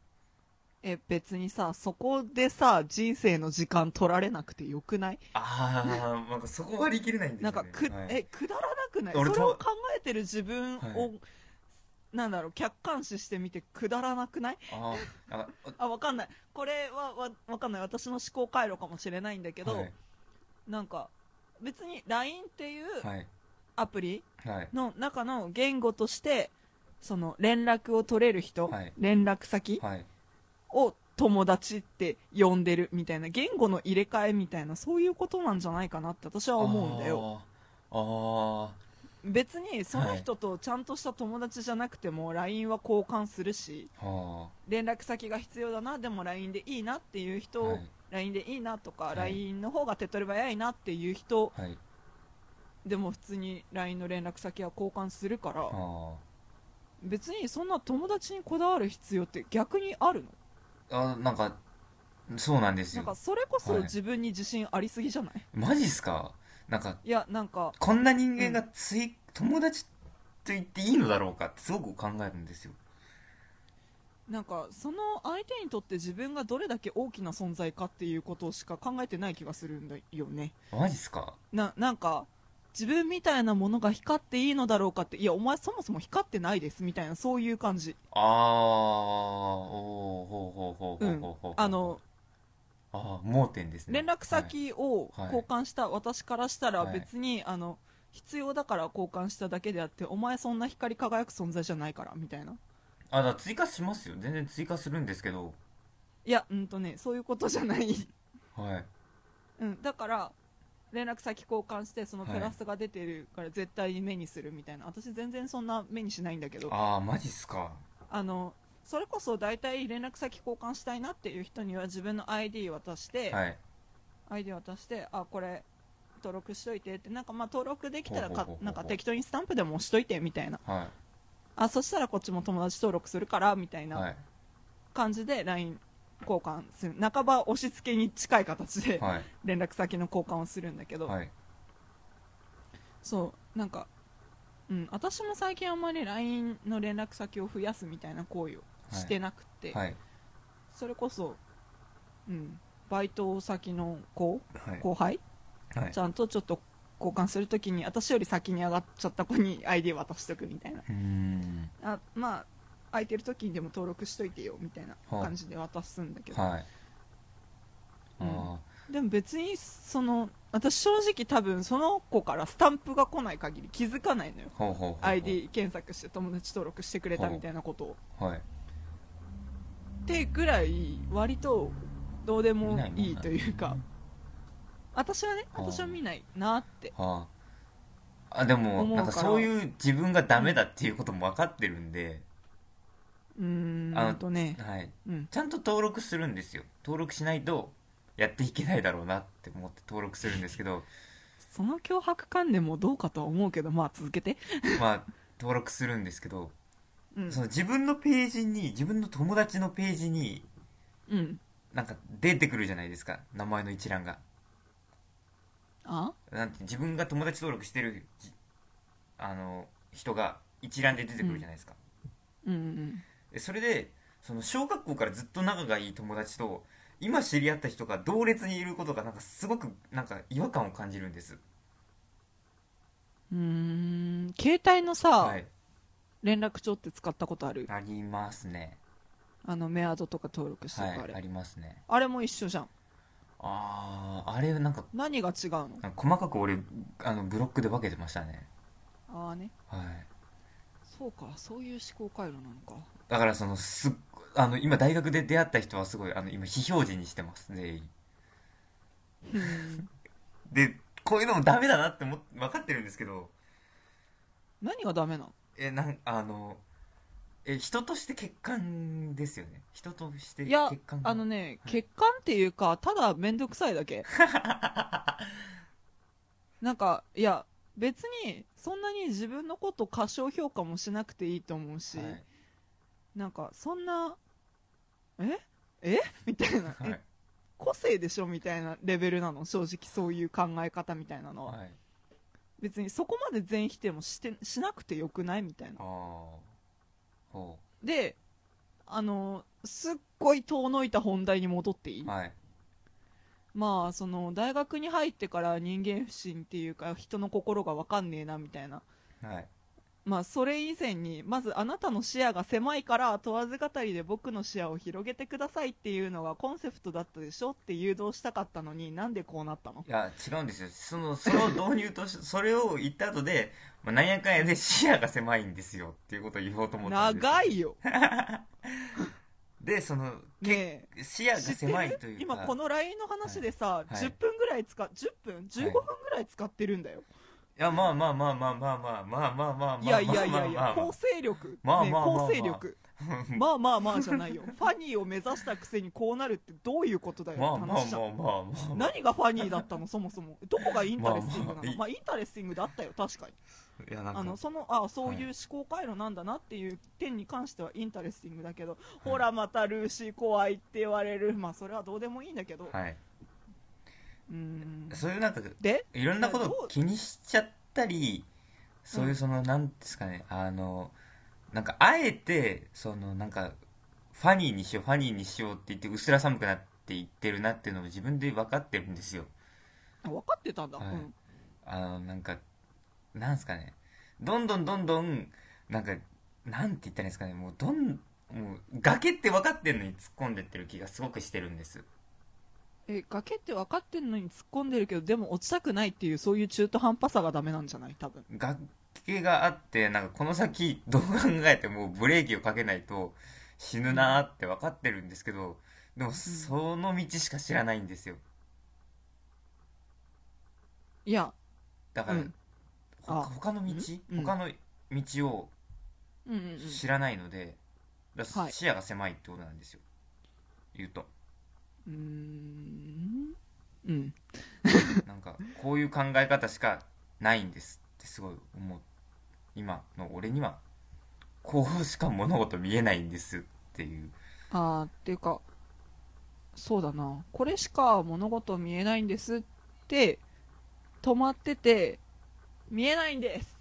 [SPEAKER 2] え別にさそこでさ人生の時間取られなくてよくない
[SPEAKER 1] ああなんかそこ割り切れないんです
[SPEAKER 2] な
[SPEAKER 1] よ
[SPEAKER 2] ん
[SPEAKER 1] ね
[SPEAKER 2] かく、
[SPEAKER 1] はい
[SPEAKER 2] えくだらなくないそ
[SPEAKER 1] 俺
[SPEAKER 2] れ
[SPEAKER 1] と
[SPEAKER 2] を考えてる自分を、
[SPEAKER 1] はい
[SPEAKER 2] なんだろう客観視してみてくだらなくない
[SPEAKER 1] あーあ
[SPEAKER 2] あわかんないこれはわわかんない私の思考回路かもしれないんだけど、
[SPEAKER 1] はい
[SPEAKER 2] なんか別に LINE っていう
[SPEAKER 1] はい
[SPEAKER 2] アプリ
[SPEAKER 1] はい
[SPEAKER 2] の中の言語としてその連絡を取れる人、
[SPEAKER 1] はい
[SPEAKER 2] 連絡先
[SPEAKER 1] はい
[SPEAKER 2] を友達って呼んでるみたいな言語の入れ替えみたいなそういうことなんじゃないかなって私は思うんだよ
[SPEAKER 1] あーあ
[SPEAKER 2] 別にその人とちゃんとした友達じゃなくても LINE は交換するし
[SPEAKER 1] ーは
[SPEAKER 2] 連絡先が必要だなでも LINE でいいなっていう
[SPEAKER 1] あ
[SPEAKER 2] 人、
[SPEAKER 1] はい
[SPEAKER 2] LINE でいいなとか、
[SPEAKER 1] はい
[SPEAKER 2] LINE の方が手っ取り早いなっていう人
[SPEAKER 1] はい
[SPEAKER 2] でも普通に LINE の連絡先は交換するから、
[SPEAKER 1] あ
[SPEAKER 2] 別にそんな友達にこだわる必要って逆にあるの
[SPEAKER 1] ーあなんかそうなんです
[SPEAKER 2] なんか
[SPEAKER 1] よ
[SPEAKER 2] それこそ
[SPEAKER 1] はい
[SPEAKER 2] 自分に自信ありすぎじゃない、
[SPEAKER 1] マジっすかなんか
[SPEAKER 2] い、やなんか
[SPEAKER 1] こんな人間がつい、友達と言っていいのだろうかってすごく考えるんですよ
[SPEAKER 2] なんかその相手にとって自分がどれだけ大きな存在かっていうことしか考えてない気がするんだよね
[SPEAKER 1] マジっすか
[SPEAKER 2] ななんか自分みたいなものが光っていいのだろうかっていやお前そもそも光ってないですみたいなそういう感じ
[SPEAKER 1] ああおーほうほうほうほ
[SPEAKER 2] う
[SPEAKER 1] うんほうほう
[SPEAKER 2] あの
[SPEAKER 1] ああ盲点ですね
[SPEAKER 2] 連絡先を
[SPEAKER 1] はい
[SPEAKER 2] 交換した私からしたら
[SPEAKER 1] はい
[SPEAKER 2] 別にあの必要だから交換しただけであってお前そんな光り輝く存在じゃないからみたいな
[SPEAKER 1] あだから追加しますよ全然追加するんですけど
[SPEAKER 2] いやうんとねそういうことじゃない *laughs*
[SPEAKER 1] はい
[SPEAKER 2] うん、だから連絡先交換してそのプラスが出てるから絶対に目にするみたいな、私全然そんな目にしないんだけどあ
[SPEAKER 1] ああマジっすか
[SPEAKER 2] のそれこそ大体連絡先交換したいなっていう人には自分の ID 渡して、
[SPEAKER 1] はい
[SPEAKER 2] ID 渡してあこれ登録しといてってなんかまあ登録できたら
[SPEAKER 1] ほうほ
[SPEAKER 2] か
[SPEAKER 1] うほうほう
[SPEAKER 2] なんか適当にスタンプでも押しといてみたいな
[SPEAKER 1] は
[SPEAKER 2] あそしたらこっちも友達登録するからみたい
[SPEAKER 1] い
[SPEAKER 2] な
[SPEAKER 1] はい
[SPEAKER 2] 感じで LINE 交換する半ば押し付けに近い形で
[SPEAKER 1] はい
[SPEAKER 2] 連絡先の交換をするんだけど、
[SPEAKER 1] はい
[SPEAKER 2] そうなんか、うん、私も最近あんまり LINE の連絡先を増やすみたいな行為をしてなくて、
[SPEAKER 1] はい
[SPEAKER 2] それこそ、うん、バイト先の子
[SPEAKER 1] はい
[SPEAKER 2] 後輩
[SPEAKER 1] はい
[SPEAKER 2] ちゃんとちょっと交換するときに私より先に上がっちゃった子に ID 渡しとくみたいな
[SPEAKER 1] うーん
[SPEAKER 2] あまあ空いてる時にでも登録しといてよみたいな
[SPEAKER 1] はい
[SPEAKER 2] 感じで渡すんだけど、
[SPEAKER 1] はいあ
[SPEAKER 2] うん
[SPEAKER 1] ー
[SPEAKER 2] でも別にその私正直多分その子からスタンプが来ない限り気づかないのよ
[SPEAKER 1] ほうほうほうほう
[SPEAKER 2] ID 検索して友達登録してくれたみたいなことを
[SPEAKER 1] はい
[SPEAKER 2] ってぐらい割とどうで
[SPEAKER 1] 見
[SPEAKER 2] も
[SPEAKER 1] ないもんない
[SPEAKER 2] いというか私はね
[SPEAKER 1] あー
[SPEAKER 2] 私は見ないなって
[SPEAKER 1] はああでも
[SPEAKER 2] 思う
[SPEAKER 1] なんか
[SPEAKER 2] から
[SPEAKER 1] そういう自分がダメだっていうことも分かってるんで、
[SPEAKER 2] うーん
[SPEAKER 1] あの
[SPEAKER 2] ほんとね
[SPEAKER 1] はい、
[SPEAKER 2] うん
[SPEAKER 1] ちゃんと登録するんですよ登録しないとやっていけないだろうなって思って登録するんですけど *laughs*
[SPEAKER 2] その脅迫観念もどうかとは思うけどまあ続けて
[SPEAKER 1] まあ登録するんですけど
[SPEAKER 2] うん
[SPEAKER 1] その自分のページに自分の友達のページに
[SPEAKER 2] うん
[SPEAKER 1] なんか出てくるじゃないですか名前の一覧が
[SPEAKER 2] あ
[SPEAKER 1] なんて自分が友達登録してるじあの人が一覧で出てくるじゃないですか、
[SPEAKER 2] うんうん
[SPEAKER 1] でそれでその小学校からずっと仲がいい友達と今知り合った人が同列にいることがなんかすごくなんか違和感を感じるんです
[SPEAKER 2] うーん携帯のさ、
[SPEAKER 1] はい
[SPEAKER 2] 連絡帳って使ったことある
[SPEAKER 1] ありますね
[SPEAKER 2] あのメアドとか登録して
[SPEAKER 1] は
[SPEAKER 2] るか
[SPEAKER 1] い
[SPEAKER 2] ら、
[SPEAKER 1] ありますね
[SPEAKER 2] あれも一緒じゃん
[SPEAKER 1] あああれなんか
[SPEAKER 2] 何が違うの
[SPEAKER 1] なんか細かく俺あのブロックで分けてましたね
[SPEAKER 2] ああね
[SPEAKER 1] はい
[SPEAKER 2] そうかそういう思考回路なの
[SPEAKER 1] *laughs*
[SPEAKER 2] か
[SPEAKER 1] だからそのすっあの今大学で出会った人はすごいあの今非表示にしてます全員
[SPEAKER 2] うん
[SPEAKER 1] でこういうのもダメだなっても分かってるんですけど
[SPEAKER 2] 何がダメなの
[SPEAKER 1] えなんあのえ人として欠陥ですよね人として
[SPEAKER 2] い
[SPEAKER 1] 欠
[SPEAKER 2] や
[SPEAKER 1] 陥
[SPEAKER 2] あのね、
[SPEAKER 1] はい
[SPEAKER 2] 欠陥っていうかただ面倒くさい
[SPEAKER 1] *laughs*
[SPEAKER 2] だけなんかいや別にそんなに自分のこと過小評価もしなくていいと思うし、
[SPEAKER 1] はい
[SPEAKER 2] なんかそんなええみたいな、
[SPEAKER 1] は
[SPEAKER 2] え
[SPEAKER 1] い
[SPEAKER 2] 個性でしょみたいなレベルなの正直そういう考え方みたいなのは、
[SPEAKER 1] はい
[SPEAKER 2] 別にそこまで全否定もしてしなくてよくないみたいな
[SPEAKER 1] ああほ
[SPEAKER 2] であのすっごい遠のいた本題に戻っていい、
[SPEAKER 1] はい
[SPEAKER 2] まあその大学に入ってから人間不信っていうか人の心が分かんねえなみたいな
[SPEAKER 1] はい
[SPEAKER 2] まあそれ以前にまずあなたの視野が狭いから問わず語りで僕の視野を広げてくださいっていうのがコンセプトだったでしょって誘導したかったのになんでこうなったの
[SPEAKER 1] いや違うんですよそのその導入としそれを言った後で、まあ、なんやかんやで視野が狭いんですよっていうことを言おうと思ったんです
[SPEAKER 2] 長いよ
[SPEAKER 1] でその
[SPEAKER 2] ね
[SPEAKER 1] 視野
[SPEAKER 2] え
[SPEAKER 1] が
[SPEAKER 2] *laughs* 知って
[SPEAKER 1] 狭い
[SPEAKER 2] る
[SPEAKER 1] というか
[SPEAKER 2] 今この LINE の話でさ、
[SPEAKER 1] いはい
[SPEAKER 2] 10分ぐらい使っ10分15分ぐらい使ってるんだよ、
[SPEAKER 1] いやまあまあまあまあまあまあまあまあまあまあ
[SPEAKER 2] いやいやいやい
[SPEAKER 1] まあ
[SPEAKER 2] や
[SPEAKER 1] まあ
[SPEAKER 2] 構成力、
[SPEAKER 1] まあ
[SPEAKER 2] ねえ
[SPEAKER 1] まあまあまあ
[SPEAKER 2] 構成力まあまあまあじゃないよファニーを目指したくせにこうなるってどういうことだよ
[SPEAKER 1] まあ
[SPEAKER 2] って
[SPEAKER 1] まあまあまあまあ
[SPEAKER 2] 話じゃん何がファニーだったのそもそもどこがインタレスティングなの、
[SPEAKER 1] まあまあ
[SPEAKER 2] まあ、インタレスティングだったよ確かに
[SPEAKER 1] いやなんか
[SPEAKER 2] あのそのあそういう思考回路なんだなっていう点に関してはインタレスティングだけど、ほらまたルーシー怖いって言われるまあそれはどうでもいいんだけど、
[SPEAKER 1] はい、
[SPEAKER 2] うーん
[SPEAKER 1] そういうなんか
[SPEAKER 2] で
[SPEAKER 1] いろんなこと
[SPEAKER 2] ど
[SPEAKER 1] を
[SPEAKER 2] う
[SPEAKER 1] 気にしちゃったりそういううんその、なんですかねあのなんかあえてそのなんかファニーにしようファニーにしようって言ってうすら寒くなっていってるなっていうのを自分で分かってるんですよ
[SPEAKER 2] あ分かってたんだ、
[SPEAKER 1] はい
[SPEAKER 2] うん
[SPEAKER 1] あのなんかなんですかねどんどんどんどんなんかなんて言ったらいいんですかねもうどんもう崖って分かってるのに突っ込んでってる気がすごくしてるんです
[SPEAKER 2] え崖って分かってんのに突っ込んでるけどでも落ちたくないっていうそういう中途半端さがダメなんじゃない多分
[SPEAKER 1] 崖があってなんかこの先どう考えてもブレーキをかけないと死ぬなーって分かってるんですけどでもその道しか知らないんですよ
[SPEAKER 2] いや
[SPEAKER 1] だから、
[SPEAKER 2] うん
[SPEAKER 1] ほ
[SPEAKER 2] あ
[SPEAKER 1] 他の道
[SPEAKER 2] うん
[SPEAKER 1] 他の道を
[SPEAKER 2] うんうんうん
[SPEAKER 1] 知らないので、だから
[SPEAKER 2] はい
[SPEAKER 1] 視野が狭いってことなんですよ言うと
[SPEAKER 2] うーんうん
[SPEAKER 1] なんかこういう考え方しかないんですってすごい思う今の俺にはこうしか物事見えないんですっていう
[SPEAKER 2] あーっていうかそうだなこれしか物事見えないんですって止まってて見えないんです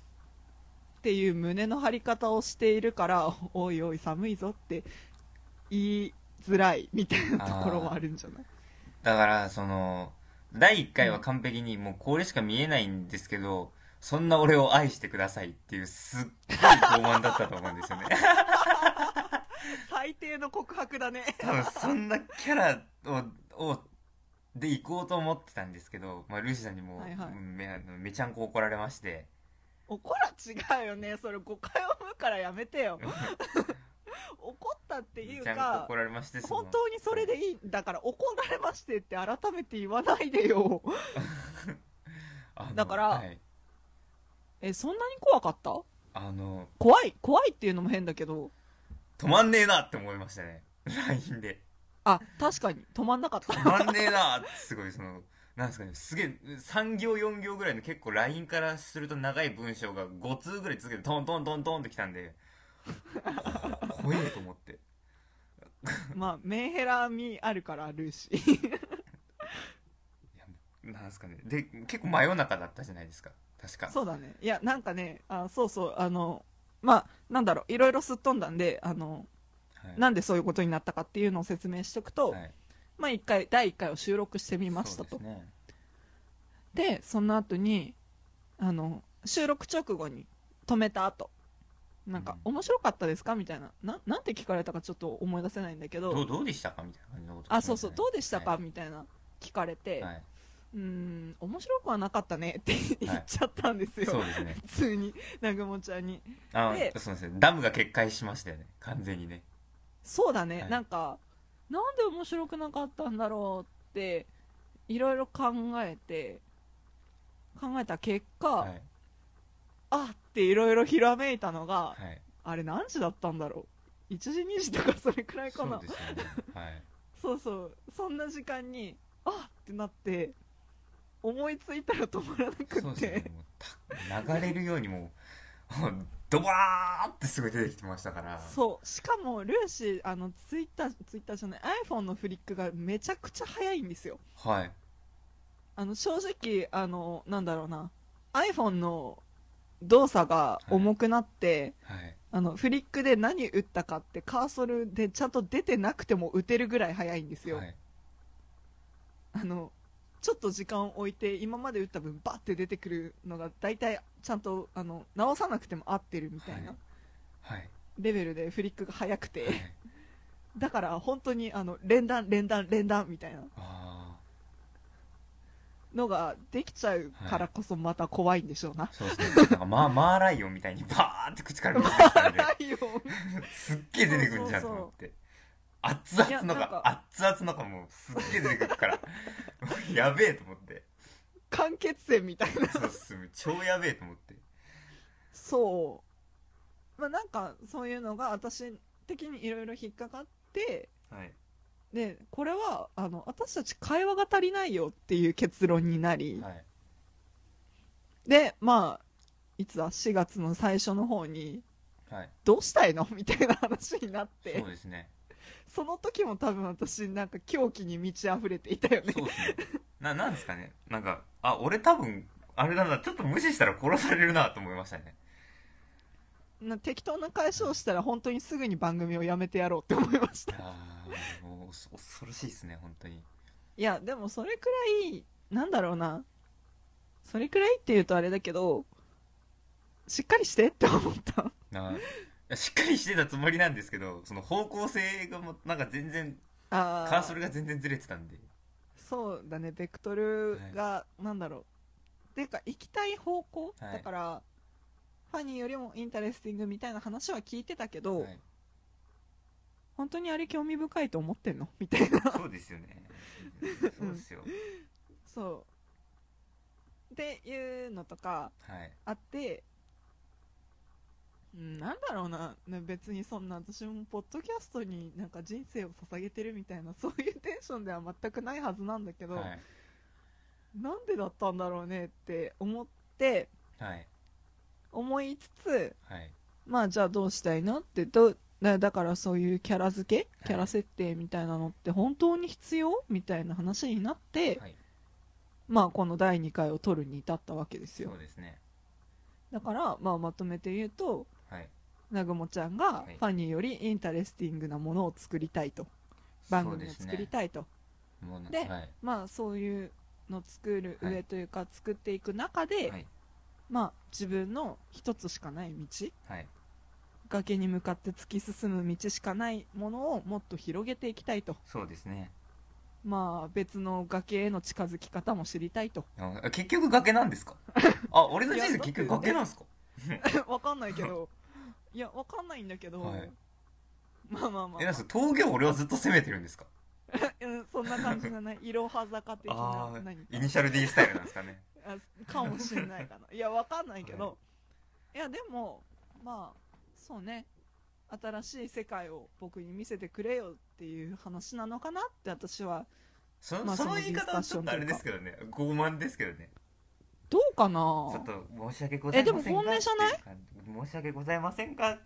[SPEAKER 2] っていう胸の張り方をしているからおいおい寒いぞって言いづらいみたいなところもあるんじゃない
[SPEAKER 1] だからその第1回は完璧にもうこれしか見えないんですけどそんな俺を愛してくださいっていうすっごい傲慢だったと思うんですよね
[SPEAKER 2] *laughs* 最低の告白だね
[SPEAKER 1] 多分そんなキャラををで行こうと思ってたんですけど、まあ、ルーシーさんにも
[SPEAKER 2] はいはい
[SPEAKER 1] めあのめちゃんこ怒られま
[SPEAKER 2] *laughs*
[SPEAKER 1] して
[SPEAKER 2] 怒ら違うよねそれ誤解を生むからやめてよ怒ったってい
[SPEAKER 1] め
[SPEAKER 2] う
[SPEAKER 1] ちゃんこ
[SPEAKER 2] か
[SPEAKER 1] 怒られましてその
[SPEAKER 2] 本当にそれでいいんだから怒られましてって改めて言わないでよ
[SPEAKER 1] あの
[SPEAKER 2] だから
[SPEAKER 1] はい
[SPEAKER 2] えそんなに怖かった
[SPEAKER 1] あの
[SPEAKER 2] 怖い怖いっていうのも変だけど
[SPEAKER 1] 止まんねえなって思いましたね LINE で
[SPEAKER 2] あ確かに止まんなかった
[SPEAKER 1] 止 *laughs* まんねえなってすごいそのなんですかねすげえ3行4行ぐらいの結構 LINE からすると長い文章が5通ぐらい続けてトントントントンってきたんで怖えと思って
[SPEAKER 2] まあメンヘラ味あるからル
[SPEAKER 1] *laughs*
[SPEAKER 2] ーシー
[SPEAKER 1] なんですかねで結構真夜中だったじゃないですか確か
[SPEAKER 2] そうだねいやなんかねあそうそうあのまあなんだろういろいろすっ飛んだんであの
[SPEAKER 1] はい
[SPEAKER 2] なんでそういうことになったかっていうのを説明しておくと、
[SPEAKER 1] はい
[SPEAKER 2] まあ一回第1回を収録してみましたと
[SPEAKER 1] そうですね
[SPEAKER 2] でその後にあの収録直後に止めた後なんか、面白かったですかみたいなななんて聞かれたかちょっと思い出せないんだけど
[SPEAKER 1] どうどうでしたかみたいな感じのこと
[SPEAKER 2] あそうそうどうでしたか、
[SPEAKER 1] は
[SPEAKER 2] みたいな聞かれて、
[SPEAKER 1] い、はいう
[SPEAKER 2] ーん面白くはなかったねって言っちゃったんですよ、
[SPEAKER 1] そうですね
[SPEAKER 2] 普通に南雲ちゃんに
[SPEAKER 1] あ
[SPEAKER 2] で
[SPEAKER 1] そうですねダムが決壊しましたよね完全にね
[SPEAKER 2] そうだね、
[SPEAKER 1] はい
[SPEAKER 2] なんかなんで面白くなかったんだろうっていろいろ考えて考えた結果、
[SPEAKER 1] はい
[SPEAKER 2] あっていろいろひらめいたのが、
[SPEAKER 1] はい
[SPEAKER 2] あれ何時だったんだろう1時2時とかそれくらいか
[SPEAKER 1] そう
[SPEAKER 2] な
[SPEAKER 1] ですよねはい
[SPEAKER 2] そうそうそんな時間にあってなって思いついたら止まらなく
[SPEAKER 1] そう
[SPEAKER 2] っ
[SPEAKER 1] ですね
[SPEAKER 2] て
[SPEAKER 1] もうた流れるようにもう *laughs* もうドバーってすごい出てきてましたから
[SPEAKER 2] そうしかもルーシーあのツイッターツイッターじゃない iPhone のフリックがめちゃくちゃ早いんですよ
[SPEAKER 1] はい
[SPEAKER 2] あの正直あのなんだろうな iPhone の動作が重くなって、
[SPEAKER 1] はい
[SPEAKER 2] あのフリックで何打ったかってカーソルでちゃんと出てなくても打てるぐらい早いんですよ、
[SPEAKER 1] はい
[SPEAKER 2] あのちょっと時間を置いて今まで打った分バッて出てくるのが大体ちゃんとあの直さなくても合ってるみたい
[SPEAKER 1] は
[SPEAKER 2] ない
[SPEAKER 1] はい
[SPEAKER 2] レベルでフリックが速くて、
[SPEAKER 1] はい
[SPEAKER 2] だから本当にあの連弾連弾連弾みたいな
[SPEAKER 1] あ
[SPEAKER 2] のができちゃうからこそまた怖いんでしょうな
[SPEAKER 1] あ、そうですねなんかまあマーライオンみたいにバーって口から出てきた
[SPEAKER 2] *laughs*
[SPEAKER 1] んで
[SPEAKER 2] いよ
[SPEAKER 1] すっげえ出てくるじゃんと思って熱々の
[SPEAKER 2] いやなん
[SPEAKER 1] が
[SPEAKER 2] か
[SPEAKER 1] 熱々のがもうすっげえ出てくるから *laughs* やべえと思って
[SPEAKER 2] 完結戦みたいな
[SPEAKER 1] そうっす超やべえと思って
[SPEAKER 2] そうまあなんかそういうのが私的にいろいろ引っかかって
[SPEAKER 1] はい
[SPEAKER 2] でこれはあの私たち会話が足りないよっていう結論になり、
[SPEAKER 1] はい
[SPEAKER 2] でまあいつだ4月の最初の方に
[SPEAKER 1] はい
[SPEAKER 2] どうしたいの *laughs* みたいな話になって
[SPEAKER 1] そうですね
[SPEAKER 2] その時も多分私なんか狂気に満ち溢れていたよね
[SPEAKER 1] そうですねななんですかねなんかあ俺多分あれだなちょっと無視したら殺されるなと思いましたね
[SPEAKER 2] な適当な返しをしたら本当にすぐに番組をやめてやろうって思いました
[SPEAKER 1] ああもう恐恐ろしいですね本当に
[SPEAKER 2] *laughs* いやでもそれくらいなんだろうなそれくらいっていうとあれだけどしっかりしてって思った
[SPEAKER 1] なあいやしっかりしてたつもりなんですけどその方向性がもうなんか全然
[SPEAKER 2] あ
[SPEAKER 1] カーソルが全然ずれてたんで
[SPEAKER 2] そうだねベクトルがなんだろう、っていうか行きたい方向、
[SPEAKER 1] はい
[SPEAKER 2] だからファニーよりもインタレスティングみたいな話は聞いてたけど、
[SPEAKER 1] はい
[SPEAKER 2] 本当にあれ興味深いと思ってんのみたいな *laughs*
[SPEAKER 1] そうですよね。そうですよ。
[SPEAKER 2] そうっていうのとか
[SPEAKER 1] はい。
[SPEAKER 2] あってうんなんだろうなね別にそんな私もポッドキャストになんか人生を捧げてるみたいな *laughs* そういうテンションでは全くないはずなんだけど、
[SPEAKER 1] はい。
[SPEAKER 2] なんでだったんだろうねって思って
[SPEAKER 1] はい。
[SPEAKER 2] 思いつつ
[SPEAKER 1] はい。
[SPEAKER 2] まあじゃあどうしたいのってどだだからそういうキャラ付け
[SPEAKER 1] い
[SPEAKER 2] キャラ設定みたいなのって本当に必要みたいな話になって、
[SPEAKER 1] はい
[SPEAKER 2] まあこの第2回を取るに至ったわけですよ
[SPEAKER 1] そうですね。
[SPEAKER 2] だから、まあ、まとめて言うと
[SPEAKER 1] はい。
[SPEAKER 2] 南雲ちゃんが
[SPEAKER 1] はい
[SPEAKER 2] ファニーよりインタレスティングなものを作りたいと番組を作りたいと、
[SPEAKER 1] い。もうな
[SPEAKER 2] で
[SPEAKER 1] はい。
[SPEAKER 2] まあそういうの作る
[SPEAKER 1] は
[SPEAKER 2] 上
[SPEAKER 1] い
[SPEAKER 2] というか作っていく中で、
[SPEAKER 1] はい。
[SPEAKER 2] まあ自分の一つしかない道
[SPEAKER 1] はい。
[SPEAKER 2] 崖に向かって突き進む道しかないものをもっと広げていきたいと
[SPEAKER 1] そうですね。
[SPEAKER 2] まあ別の崖への近づき方も知りたいと *laughs*
[SPEAKER 1] あ結局崖なんですかあ、俺の人
[SPEAKER 2] い
[SPEAKER 1] 生
[SPEAKER 2] やだって
[SPEAKER 1] 結局崖なんですか
[SPEAKER 2] わかんないけ
[SPEAKER 1] *laughs*
[SPEAKER 2] どいやわかんないんだけど、
[SPEAKER 1] はい
[SPEAKER 2] まあまあまあ
[SPEAKER 1] え、なんすか峠を俺はずっと攻めてるんですか
[SPEAKER 2] *laughs* うんそんな感じのねいろは坂的な
[SPEAKER 1] ああ
[SPEAKER 2] 何か
[SPEAKER 1] ー、イニシャル D スタイルなんですかね。
[SPEAKER 2] あかもしれないか
[SPEAKER 1] *laughs*
[SPEAKER 2] ないやわかんないけど、、
[SPEAKER 1] はい
[SPEAKER 2] やでもまあそうね新しい世界を僕に見せてくれよっていう話なのかなって私は
[SPEAKER 1] そ
[SPEAKER 2] まあ
[SPEAKER 1] その
[SPEAKER 2] その
[SPEAKER 1] 言い
[SPEAKER 2] ディス
[SPEAKER 1] 方
[SPEAKER 2] カ
[SPEAKER 1] は
[SPEAKER 2] ッシ
[SPEAKER 1] ち
[SPEAKER 2] ョ
[SPEAKER 1] ょ
[SPEAKER 2] ン
[SPEAKER 1] っ
[SPEAKER 2] と
[SPEAKER 1] と
[SPEAKER 2] い
[SPEAKER 1] あ
[SPEAKER 2] うか
[SPEAKER 1] れですけどね。傲慢ですけどね。
[SPEAKER 2] どう
[SPEAKER 1] ち
[SPEAKER 2] か
[SPEAKER 1] ょ
[SPEAKER 2] な
[SPEAKER 1] っと申し訳ございませんか
[SPEAKER 2] えでも本音じゃない
[SPEAKER 1] い申し訳ございませんか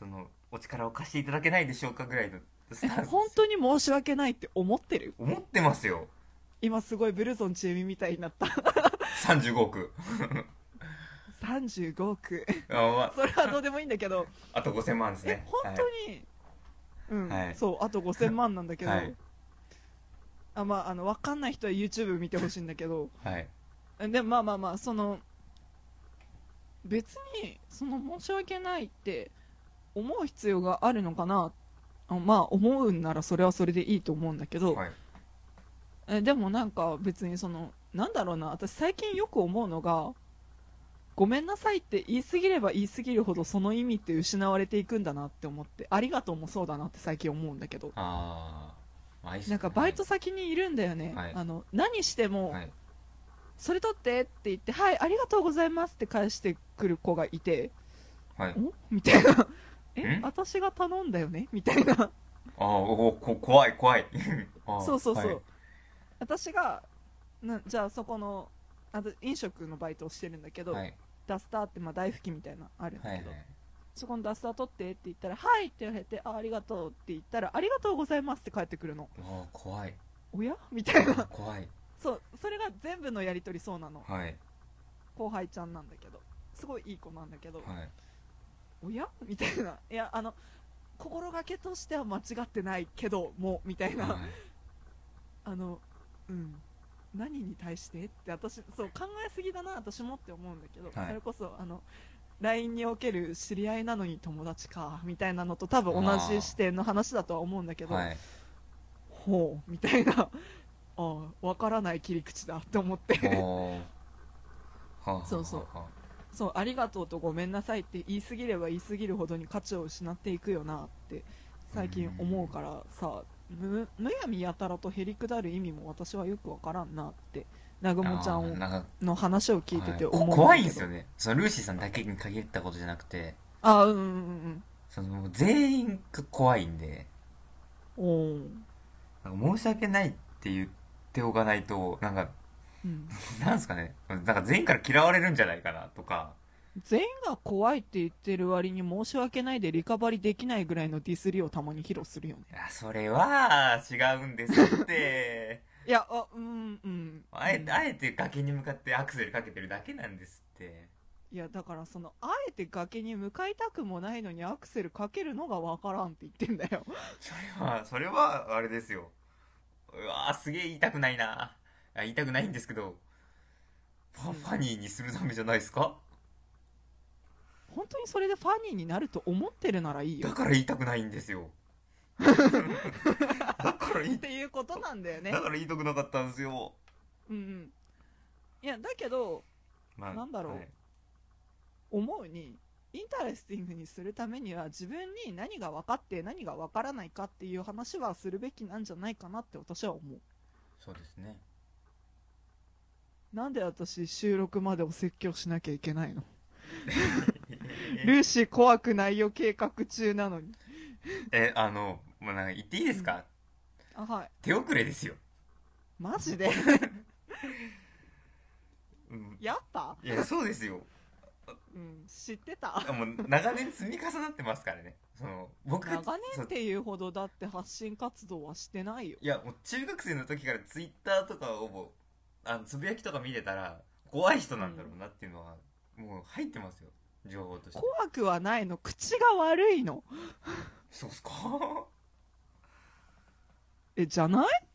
[SPEAKER 1] その、お力を貸していただけないでしょうかぐらいのスタンスです。
[SPEAKER 2] 本当に申し訳ないって思ってる
[SPEAKER 1] 思ってますよ。
[SPEAKER 2] 今すごいブルゾンちえみみたいに
[SPEAKER 1] *laughs*
[SPEAKER 2] なった
[SPEAKER 1] 35億。
[SPEAKER 2] 35億
[SPEAKER 1] あ、ま
[SPEAKER 2] それはどうでもいいんだけど
[SPEAKER 1] あ、あと5000万です
[SPEAKER 2] え
[SPEAKER 1] ね。
[SPEAKER 2] 本当
[SPEAKER 1] はい
[SPEAKER 2] に、うん、
[SPEAKER 1] はい
[SPEAKER 2] そうあと5000万なんだけど、
[SPEAKER 1] はい
[SPEAKER 2] あまああの分かんない人は YouTube 見てほしいんだけど
[SPEAKER 1] はい。
[SPEAKER 2] でまあまあまあその別にその申し訳ないって思う必要があるのかなあまあ思うんならそれはそれでいいと思うんだけど、
[SPEAKER 1] はい。
[SPEAKER 2] えでもなんか別にそのなんだろうな私最近よく思うのがごめんなさいって言い過ぎれば言い過ぎるほどその意味って失われていくんだなって思ってありがとうもそうだなって最近思うんだけど
[SPEAKER 1] あーまあいいっす
[SPEAKER 2] な
[SPEAKER 1] ね。
[SPEAKER 2] んかバイト先にいるんだよね、
[SPEAKER 1] はい
[SPEAKER 2] あの何しても、
[SPEAKER 1] はい。
[SPEAKER 2] それ取ってって言ってはいありがとうございますって返してくる子がいて
[SPEAKER 1] はい。
[SPEAKER 2] おみた
[SPEAKER 1] *laughs*
[SPEAKER 2] いなえ
[SPEAKER 1] ん
[SPEAKER 2] 私が頼んだよねみたいな
[SPEAKER 1] あーおおこ、怖い、
[SPEAKER 2] *laughs*
[SPEAKER 1] 怖い。あー
[SPEAKER 2] そうそうそう、
[SPEAKER 1] はい
[SPEAKER 2] 私がなじゃあそこのあと飲食のバイトをしてるんだけど、
[SPEAKER 1] はい。
[SPEAKER 2] ダスターって、まあ、大拭きみたいなのあるんだ
[SPEAKER 1] はい。は
[SPEAKER 2] け
[SPEAKER 1] い
[SPEAKER 2] ど、。そこのダスター取ってって言ったら「はい」って言われて「あありがとう」って言ったら「ありがとうございます」って返ってくるの
[SPEAKER 1] あー怖
[SPEAKER 2] *laughs*
[SPEAKER 1] い。
[SPEAKER 2] 「おや?」みた
[SPEAKER 1] *laughs*
[SPEAKER 2] いな
[SPEAKER 1] 怖い。
[SPEAKER 2] そうそれが全部のやり取りそうなの *laughs*
[SPEAKER 1] はい。
[SPEAKER 2] 後輩ちゃんなんだけどすごいいい子なんだけど、
[SPEAKER 1] はい。
[SPEAKER 2] おやみたいな。いや、あの、心がけとしては間違ってないけども、みたいな。あの、うん。何に対してって私、そう、考えすぎだな、私もって思うんだけど、
[SPEAKER 1] はい
[SPEAKER 2] それこそ、あの、LINE における知り合いなのに友達か、みたいなのと多分同じ視点の話だとは思うんだけ
[SPEAKER 1] *laughs*
[SPEAKER 2] ど、
[SPEAKER 1] はい、
[SPEAKER 2] ほう、みたいな、 *laughs* ああ、わからない切り口だって思って、
[SPEAKER 1] おーはあ
[SPEAKER 2] そうそう
[SPEAKER 1] はあは
[SPEAKER 2] そう、ありがとうとごめんなさいって言い過ぎれば言い過ぎるほどに価値を失っていくよなって、最近思うからさ、む、むやみやたらとへりくだる意味も私はよくわからんなって、なぐ
[SPEAKER 1] あ
[SPEAKER 2] もちゃ
[SPEAKER 1] あー
[SPEAKER 2] ん
[SPEAKER 1] なんか
[SPEAKER 2] の話を聞いてて思う
[SPEAKER 1] は
[SPEAKER 2] んだけ
[SPEAKER 1] こ
[SPEAKER 2] ど、
[SPEAKER 1] 怖いんですよねそのルーシーさんだけに限ったことじゃなくて
[SPEAKER 2] あ、うんうん
[SPEAKER 1] そのもう全員が怖いんで
[SPEAKER 2] うん。おー
[SPEAKER 1] なんか申し訳ないって言っておかないとなんか
[SPEAKER 2] うん、
[SPEAKER 1] なんですかねなんか全員から嫌われるんじゃないかなとか
[SPEAKER 2] 全員が怖いって言ってる割に申し訳ないでリカバリできないぐらいのディスりをたまに披露するよね
[SPEAKER 1] いやそれは違うんですって
[SPEAKER 2] いやあうんうん
[SPEAKER 1] あえてあえて崖に向かってアクセルかけてるだけなんですって
[SPEAKER 2] いやだからそのあえて崖に向かいたくもないのにアクセルかけるのがわからんって言ってんだよ *laughs*
[SPEAKER 1] それはそれはあれですようわーすげえ言いたくないなあ言いたくないんですけどファ
[SPEAKER 2] うん
[SPEAKER 1] ファニーにするためじゃないですか
[SPEAKER 2] 本当にそれでファニーになると思ってるならいいよ
[SPEAKER 1] だから言いたくないんです
[SPEAKER 2] *laughs*
[SPEAKER 1] よだから言い
[SPEAKER 2] ったていうことなんだよね
[SPEAKER 1] だから言いたくなかったんですよ
[SPEAKER 2] うんうんいやだけど
[SPEAKER 1] ま
[SPEAKER 2] なんだろう
[SPEAKER 1] はい
[SPEAKER 2] 思うにインタレスティングにするためには自分に何が分かって何が分からないかっていう話はするべきなんじゃないかなって私は思う
[SPEAKER 1] そうですね
[SPEAKER 2] なんで私収録までお説教しなきゃいけないのルーシー怖くないよ計画中なのに
[SPEAKER 1] えあの、まあ、なんか言っていいですか、
[SPEAKER 2] あはい
[SPEAKER 1] 手遅れですよ、
[SPEAKER 2] マ
[SPEAKER 1] *laughs*
[SPEAKER 2] ジで
[SPEAKER 1] うん、
[SPEAKER 2] やった、
[SPEAKER 1] いやそうですよ
[SPEAKER 2] うん、知っ
[SPEAKER 1] *laughs*
[SPEAKER 2] てた
[SPEAKER 1] もう長年積み重なってますからねその僕が
[SPEAKER 2] 長
[SPEAKER 1] そ
[SPEAKER 2] 年っ
[SPEAKER 1] う
[SPEAKER 2] ていうほどだって発信活動はしてないよ
[SPEAKER 1] いやもう中学生の時からツイッターとかをもうあのつぶやきとか見てたら怖い人なんだろうなっていうのは、もう入ってますよ情報として
[SPEAKER 2] 怖くはないの口が悪いの
[SPEAKER 1] そうっすか *laughs*
[SPEAKER 2] えじゃない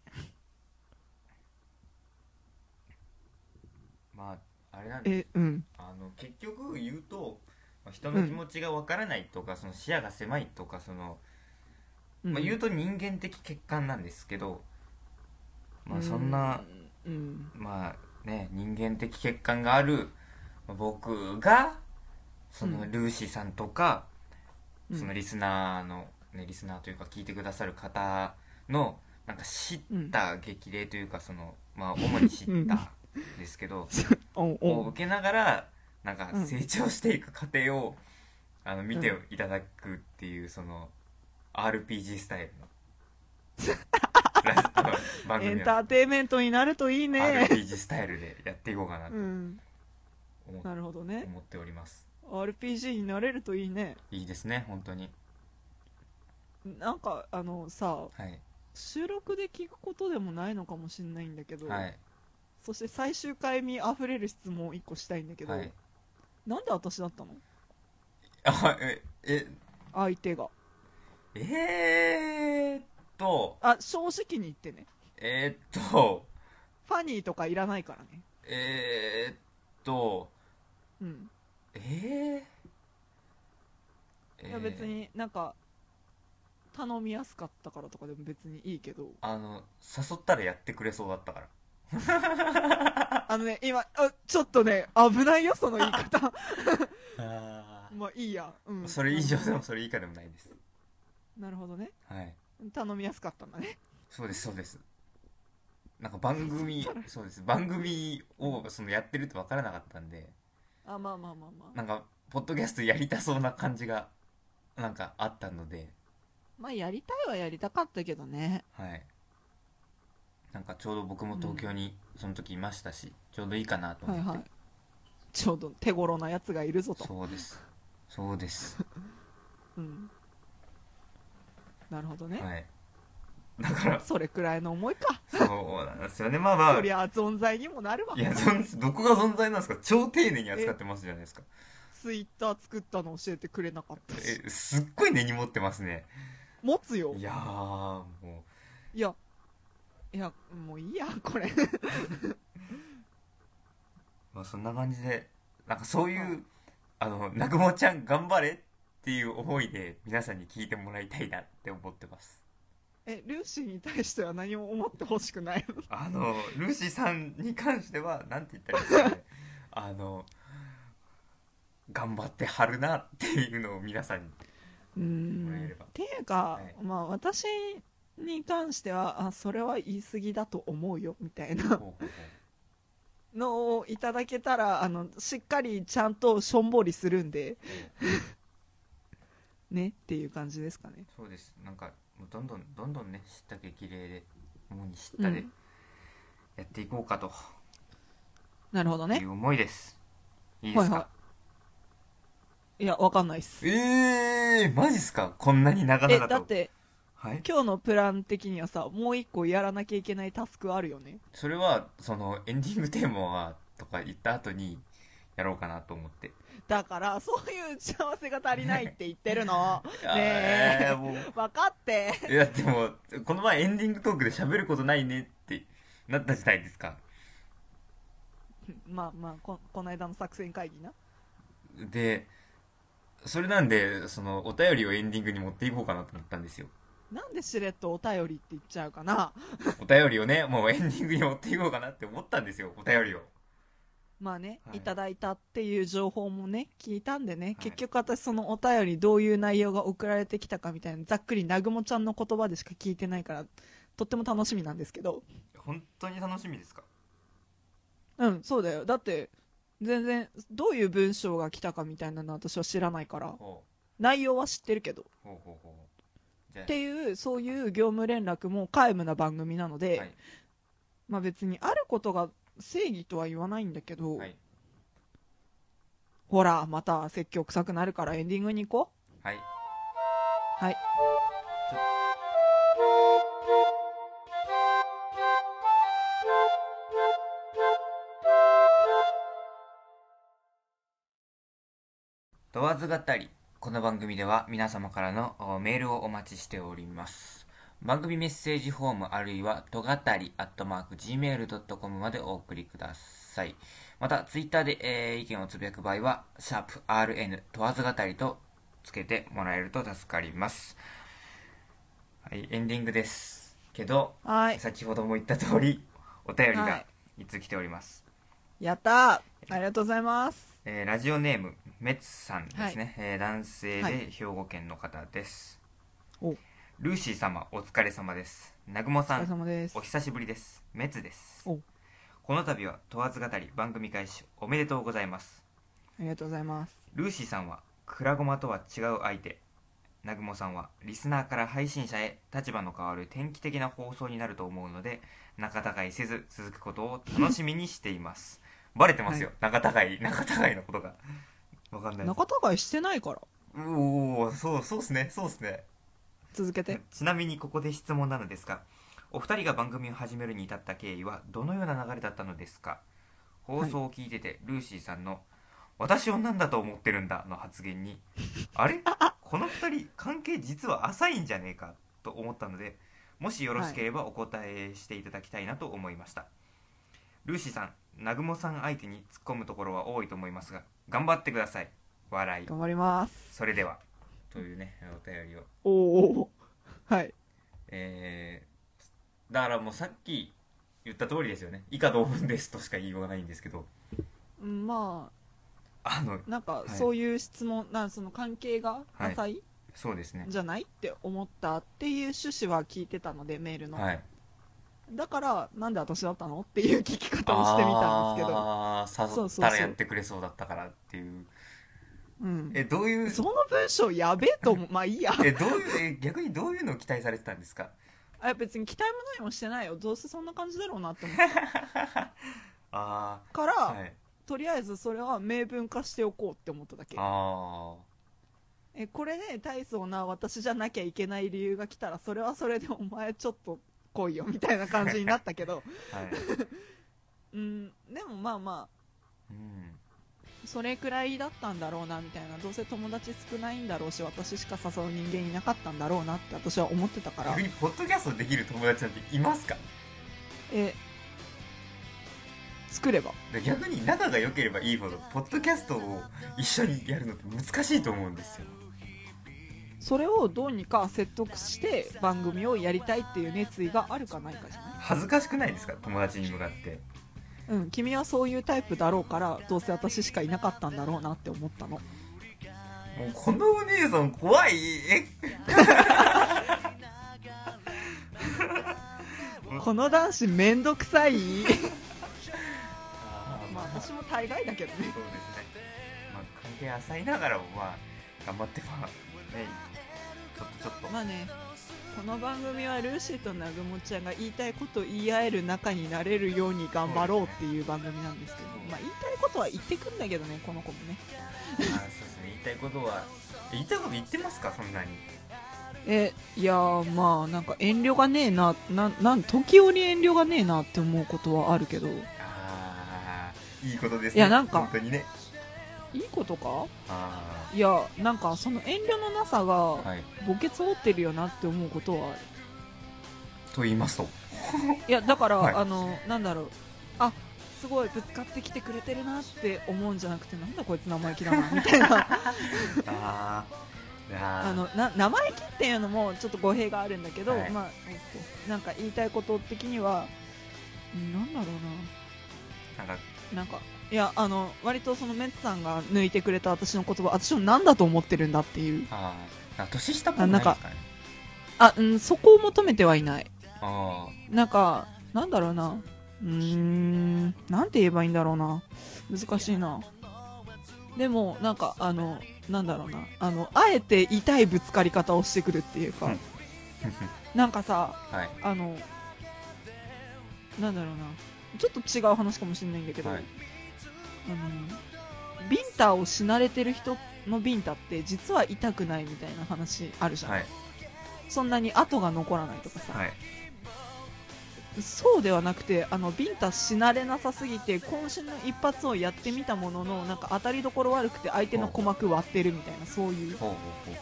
[SPEAKER 1] まああれなんです
[SPEAKER 2] えうん
[SPEAKER 1] あの結局言うとまあ人の気持ちがわからないとか、その視野が狭いとかその、
[SPEAKER 2] うん
[SPEAKER 1] まあ、言うと人間的欠陥なんですけど、まあ、そんな、
[SPEAKER 2] うんうん
[SPEAKER 1] まあね、人間的欠陥があるまあ僕がその
[SPEAKER 2] うん
[SPEAKER 1] ルーシーさんとか、
[SPEAKER 2] うん
[SPEAKER 1] そのリスナーの、ね、リスナーというか聞いてくださる方のなんか知った激励というかその、まあ、主に知ったんですけ
[SPEAKER 2] *laughs*
[SPEAKER 1] ど、
[SPEAKER 2] お
[SPEAKER 1] を
[SPEAKER 2] お
[SPEAKER 1] 受けながらなんか
[SPEAKER 2] うん
[SPEAKER 1] 成長していく過程を、あの見て
[SPEAKER 2] う
[SPEAKER 1] いただくっていうその RPG スタイルの
[SPEAKER 2] *laughs*
[SPEAKER 1] ラストの番
[SPEAKER 2] エ
[SPEAKER 1] 組
[SPEAKER 2] ン
[SPEAKER 1] の
[SPEAKER 2] ターテインメントになるといいね
[SPEAKER 1] RPG スタイルでやっていこうかなと
[SPEAKER 2] うん
[SPEAKER 1] 思,、
[SPEAKER 2] なるほどね
[SPEAKER 1] 思っております
[SPEAKER 2] RPG になれるといいね
[SPEAKER 1] いいですね本当に
[SPEAKER 2] なんかあのさ
[SPEAKER 1] はい
[SPEAKER 2] 収録で聞くことでもないのかもしれないんだけど、
[SPEAKER 1] はい
[SPEAKER 2] そして最終回にあふれる質問を1個したいんだけど、
[SPEAKER 1] はい
[SPEAKER 2] なんで私だったの
[SPEAKER 1] あええ
[SPEAKER 2] 相手が
[SPEAKER 1] えー、っと
[SPEAKER 2] あ正直に言ってね
[SPEAKER 1] えー、っと
[SPEAKER 2] ファニーとかいらないからね
[SPEAKER 1] えー、っと
[SPEAKER 2] うん
[SPEAKER 1] えー、え
[SPEAKER 2] いや別になんか頼みやすかったからとかでも別にいいけど
[SPEAKER 1] あの、誘ったらやってくれそうだったから。
[SPEAKER 2] あのね今あちょっとね危ないよその言い方
[SPEAKER 1] *laughs* あ
[SPEAKER 2] まあいいや、うん、
[SPEAKER 1] それ以上でもそれ以下でもないです。
[SPEAKER 2] なるほどね
[SPEAKER 1] はい。
[SPEAKER 2] 頼みやすかったんだね
[SPEAKER 1] そうです、そうです。なんか番組、そうです。番組をそのやってるって分からなかったんで、
[SPEAKER 2] あまあまあまあまあ
[SPEAKER 1] なんか、ポッドキャストやりたそうな感じが、なんかあったので、
[SPEAKER 2] まあやりたいはやりたかったけどね
[SPEAKER 1] はい。なんかちょうど僕も東京にその時いましたし、ちょうどいいかなと思
[SPEAKER 2] は
[SPEAKER 1] っ
[SPEAKER 2] い
[SPEAKER 1] て。
[SPEAKER 2] はいちょうど手頃なやつがいるぞと
[SPEAKER 1] そうです。そうです。
[SPEAKER 2] う、ん、なるほどね、
[SPEAKER 1] はい。だから、
[SPEAKER 2] それくらいの思いか
[SPEAKER 1] そうなんですよね。まあまあ
[SPEAKER 2] そ、りゃあ存在にもなるわ
[SPEAKER 1] いや、そんどこが存在なんですか超丁寧に扱ってますじゃないですか。
[SPEAKER 2] ツイッター作ったの教えてくれなかったし
[SPEAKER 1] えすっごい根に持ってますね
[SPEAKER 2] 持つよ
[SPEAKER 1] いやーも
[SPEAKER 2] いやいやもういいやこれ
[SPEAKER 1] う、まあ、そんな感じでなんかそういうあの南雲ちゃん頑張れっていう思いで皆さんに聞いてもらいたいなって思ってます
[SPEAKER 2] えルーシーに対しては何も思ってほしくないの
[SPEAKER 1] あのルーシーさんに関してはなんて言ったらいいですかねあの頑張ってはるなっていうのを皆さんに
[SPEAKER 2] うー
[SPEAKER 1] もらえ
[SPEAKER 2] ん
[SPEAKER 1] れば
[SPEAKER 2] っていうか、
[SPEAKER 1] はい
[SPEAKER 2] まあ私に関してはあそれは言い過ぎだと思うよみたいな
[SPEAKER 1] ほうほうほう
[SPEAKER 2] のをいただけたらあのしっかりちゃんとしょんぼりするんでねっていう感じですかね
[SPEAKER 1] そうですなんかもうどんどんどんどんね知った激励で主に知ったで
[SPEAKER 2] うん
[SPEAKER 1] やっていこうかと
[SPEAKER 2] なるほど
[SPEAKER 1] い
[SPEAKER 2] ね
[SPEAKER 1] う思いです、いいですか、
[SPEAKER 2] はいいやわかんないっす
[SPEAKER 1] ええー、マジっすかこんなに長
[SPEAKER 2] え
[SPEAKER 1] 々と
[SPEAKER 2] だって
[SPEAKER 1] はい、
[SPEAKER 2] 今日のプラン的にはさもう一個やらなきゃいけないタスクあるよね
[SPEAKER 1] それはそのエンディングテーマはとか言った後にやろうかなと思って
[SPEAKER 2] だからそういう打ち合わせが足りないって言っ
[SPEAKER 1] *laughs*
[SPEAKER 2] てるの
[SPEAKER 1] いや
[SPEAKER 2] ねえ
[SPEAKER 1] ーもう
[SPEAKER 2] 分かって
[SPEAKER 1] いやでもこの前エンディングトークで喋ることないねってなったじゃないですか
[SPEAKER 2] まあまあここの間の作戦会議な
[SPEAKER 1] でそれなんでそのお便りをエンディングに持っていこうかなと思ったんですよ
[SPEAKER 2] なんでしれっとお便りって言っちゃうかな
[SPEAKER 1] お便りをねもうエンディングに持っていこうかなって思ったんですよお便りを
[SPEAKER 2] まあね、
[SPEAKER 1] はい
[SPEAKER 2] い、ただいたっていう情報もね聞いたんでね、
[SPEAKER 1] い
[SPEAKER 2] 結局私そのお便りどういう内容が送られてきたかみたいなざっくり南雲ちゃんの言葉でしか聞いてないからとっても楽しみなんですけど
[SPEAKER 1] 本当に楽しみですか
[SPEAKER 2] うんそうだよだって全然どういう文章が来たかみたいなの私は知らないから
[SPEAKER 1] ほ
[SPEAKER 2] 内容は知ってるけど
[SPEAKER 1] うほうほうほうじゃあ
[SPEAKER 2] っていうそういう業務連絡も皆無な番組なので、
[SPEAKER 1] はい
[SPEAKER 2] まあ別にあることが正義とは言わないんだけど、
[SPEAKER 1] はい
[SPEAKER 2] ほらまた説教臭くなるからエンディングに行こう
[SPEAKER 1] はい
[SPEAKER 2] はい
[SPEAKER 1] 問わず語りこの番組では皆様からのおメールをお待ちしております番組メッセージフォームあるいはとがたり gmail.com までお送りくださいまたツイッターで、えー意見をつぶやく場合は「シャープ #RN 問わず語り」とつけてもらえると助かりますはいエンディングですけど
[SPEAKER 2] はい
[SPEAKER 1] 先ほども言った通りお便り
[SPEAKER 2] は
[SPEAKER 1] が
[SPEAKER 2] い
[SPEAKER 1] いつ来ております、
[SPEAKER 2] やったーありがとうございます
[SPEAKER 1] えーラジオネームメツさんですね、えー男性
[SPEAKER 2] は
[SPEAKER 1] で
[SPEAKER 2] い
[SPEAKER 1] 兵庫県の方です、
[SPEAKER 2] お
[SPEAKER 1] ルーシー様お疲れ様です南雲
[SPEAKER 2] お
[SPEAKER 1] さ
[SPEAKER 2] 疲れ
[SPEAKER 1] ん
[SPEAKER 2] 様です
[SPEAKER 1] お久しぶりですメツです
[SPEAKER 2] お
[SPEAKER 1] この度は問わず語り番組開始おめでとうございます
[SPEAKER 2] ありがとうございます
[SPEAKER 1] ルーシーさんはクラゴマとは違う相手南雲さんはリスナーから配信者へ立場の変わる転機的な放送になると思うので仲違いせず続くことを楽しみにしていますバレてますよ、仲違い仲違いのことがわかんない
[SPEAKER 2] 仲違いしてないから
[SPEAKER 1] おおそうそうっすねそうっすね
[SPEAKER 2] 続けて
[SPEAKER 1] ちなみにここで質問なのですがお二人が番組を始めるに至った経緯はどのような流れだったのですか放送を聞いてて、ルーシーさんの「私を何だと思ってるんだ」の発言に「あれこの二人関係実は浅いんじゃねえか」と思ったのでもしよろしければお答えしていただきたいなと思いました、ルーシーさん南雲さん相手に突っ込むところは多いと思いますが頑張ってください笑い
[SPEAKER 2] 頑張ります
[SPEAKER 1] それではというねお便りを
[SPEAKER 2] おおーはい
[SPEAKER 1] えーだからもうさっき言った通りですよね以下同文ですとしか言いようがないんですけど
[SPEAKER 2] うんま
[SPEAKER 1] あの
[SPEAKER 2] あなんか
[SPEAKER 1] はい
[SPEAKER 2] そういう質問、なんその関係が浅い
[SPEAKER 1] そうですね
[SPEAKER 2] じゃないって思ったっていう趣旨は聞いてたのでメールの、
[SPEAKER 1] はい
[SPEAKER 2] だからなんで私だったのっていう聞き方をしてみたんですけど、
[SPEAKER 1] あー
[SPEAKER 2] そ
[SPEAKER 1] 誘
[SPEAKER 2] う
[SPEAKER 1] っ
[SPEAKER 2] そう
[SPEAKER 1] たら
[SPEAKER 2] そう
[SPEAKER 1] やってくれそうだったからっていう
[SPEAKER 2] うん、
[SPEAKER 1] えどういう
[SPEAKER 2] その文章やべえと思うまあいいや
[SPEAKER 1] えどういうえ逆にどういうのを期待されてたんですか *laughs*
[SPEAKER 2] あ別に期待も何もしてないよどうせそんな感じだろうなって思っ
[SPEAKER 1] あ
[SPEAKER 2] たから、
[SPEAKER 1] あ *laughs* はい
[SPEAKER 2] とりあえずそれは明文化しておこうって思っただけ
[SPEAKER 1] あ
[SPEAKER 2] えこれで大層な私じゃなきゃいけない理由が来たらそれはそれでお前ちょっと来いよみたいな感じになった *laughs* けど
[SPEAKER 1] あはい
[SPEAKER 2] うんでもまあまあ
[SPEAKER 1] うん
[SPEAKER 2] それくらいだったんだろうなみたいなどうせ友達少ないんだろうし私しか誘う人間いなかったんだろうなって私は思ってたから
[SPEAKER 1] 逆にポッドキャストできる友達なんていますか
[SPEAKER 2] え作れば
[SPEAKER 1] で逆に仲が良ければいいほどポッドキャストを一緒にやるのって難しいと思うんですよ
[SPEAKER 2] それをどうにか説得して番組をやりたいっていう熱意があるかないかじゃない
[SPEAKER 1] 恥ずかしくないですか友達に向かって
[SPEAKER 2] うん、君はそういうタイプだろうからどうせ私しかいなかったんだろうなって思った
[SPEAKER 1] も
[SPEAKER 2] の
[SPEAKER 1] うこのお姉さん怖いえ
[SPEAKER 2] この男子めんどくさいまあ
[SPEAKER 1] まあ
[SPEAKER 2] 私も大概だけどね
[SPEAKER 1] そうですね、まあ、関係浅いながらもまあ頑張ってはねちょっとちょっと
[SPEAKER 2] まあねこの番組はルーシーと南雲ちゃんが言いたいことを言い合える仲になれるように頑張ろうっていう番組なんですけど、まあ、言いたいことは言ってくんだけどねこの子もね
[SPEAKER 1] あそうですね言いたいことは言いたいこと言ってますかそんなに
[SPEAKER 2] えいやーまあなんか遠慮がねえなななん時折遠慮がねえなって思うことはあるけど
[SPEAKER 1] ああいいことですね
[SPEAKER 2] いやなんか
[SPEAKER 1] 本当にね
[SPEAKER 2] いいことか
[SPEAKER 1] あ
[SPEAKER 2] いやなんかその遠慮のなさ
[SPEAKER 1] あ
[SPEAKER 2] が
[SPEAKER 1] はい
[SPEAKER 2] 墓穴を折ってるよなって思うことはある
[SPEAKER 1] と言いますと
[SPEAKER 2] いやだから、
[SPEAKER 1] はい
[SPEAKER 2] あのなんだろうあすごいぶつかってきてくれてるなって思うんじゃなくてなんだこいつ生意気だなみたいな
[SPEAKER 1] *laughs* あーあー
[SPEAKER 2] あのな生意気っていうのもちょっと語弊があるんだけど、
[SPEAKER 1] はい
[SPEAKER 2] まあなんか言いたいこと的にはうんなんだろう
[SPEAKER 1] なんか
[SPEAKER 2] ななんかいやあの割とそのメッツさんが抜いてくれた私の言葉私も何だと思ってるんだっていう
[SPEAKER 1] あーなんか年下っぽくないですかね
[SPEAKER 2] あ、うん、そこを求めてはいない
[SPEAKER 1] あ
[SPEAKER 2] なんか、なんだろうな。うーん、なんて言えばいいんだろうな。難しいな。でも、なんか、あの、なんだろうな。あの、あえて痛いぶつかり方をしてくるっていうか、
[SPEAKER 1] うん
[SPEAKER 2] なんかさ、
[SPEAKER 1] あ *laughs* はい
[SPEAKER 2] あの、なんだろうな。ちょっと違う話かもしれないんだけど、
[SPEAKER 1] はい
[SPEAKER 2] あの、ビンタをし慣れてる人のビンタって実は痛くないみたいな話あるじゃん。
[SPEAKER 1] はい
[SPEAKER 2] そんなに跡が残らないとかさ。
[SPEAKER 1] はい
[SPEAKER 2] そうではなくてあのビンタし慣れなさすぎて渾身の一発をやってみたもののなんか当たりどころ悪くて相手の鼓膜割ってるみたいなそういう
[SPEAKER 1] ほうほうほう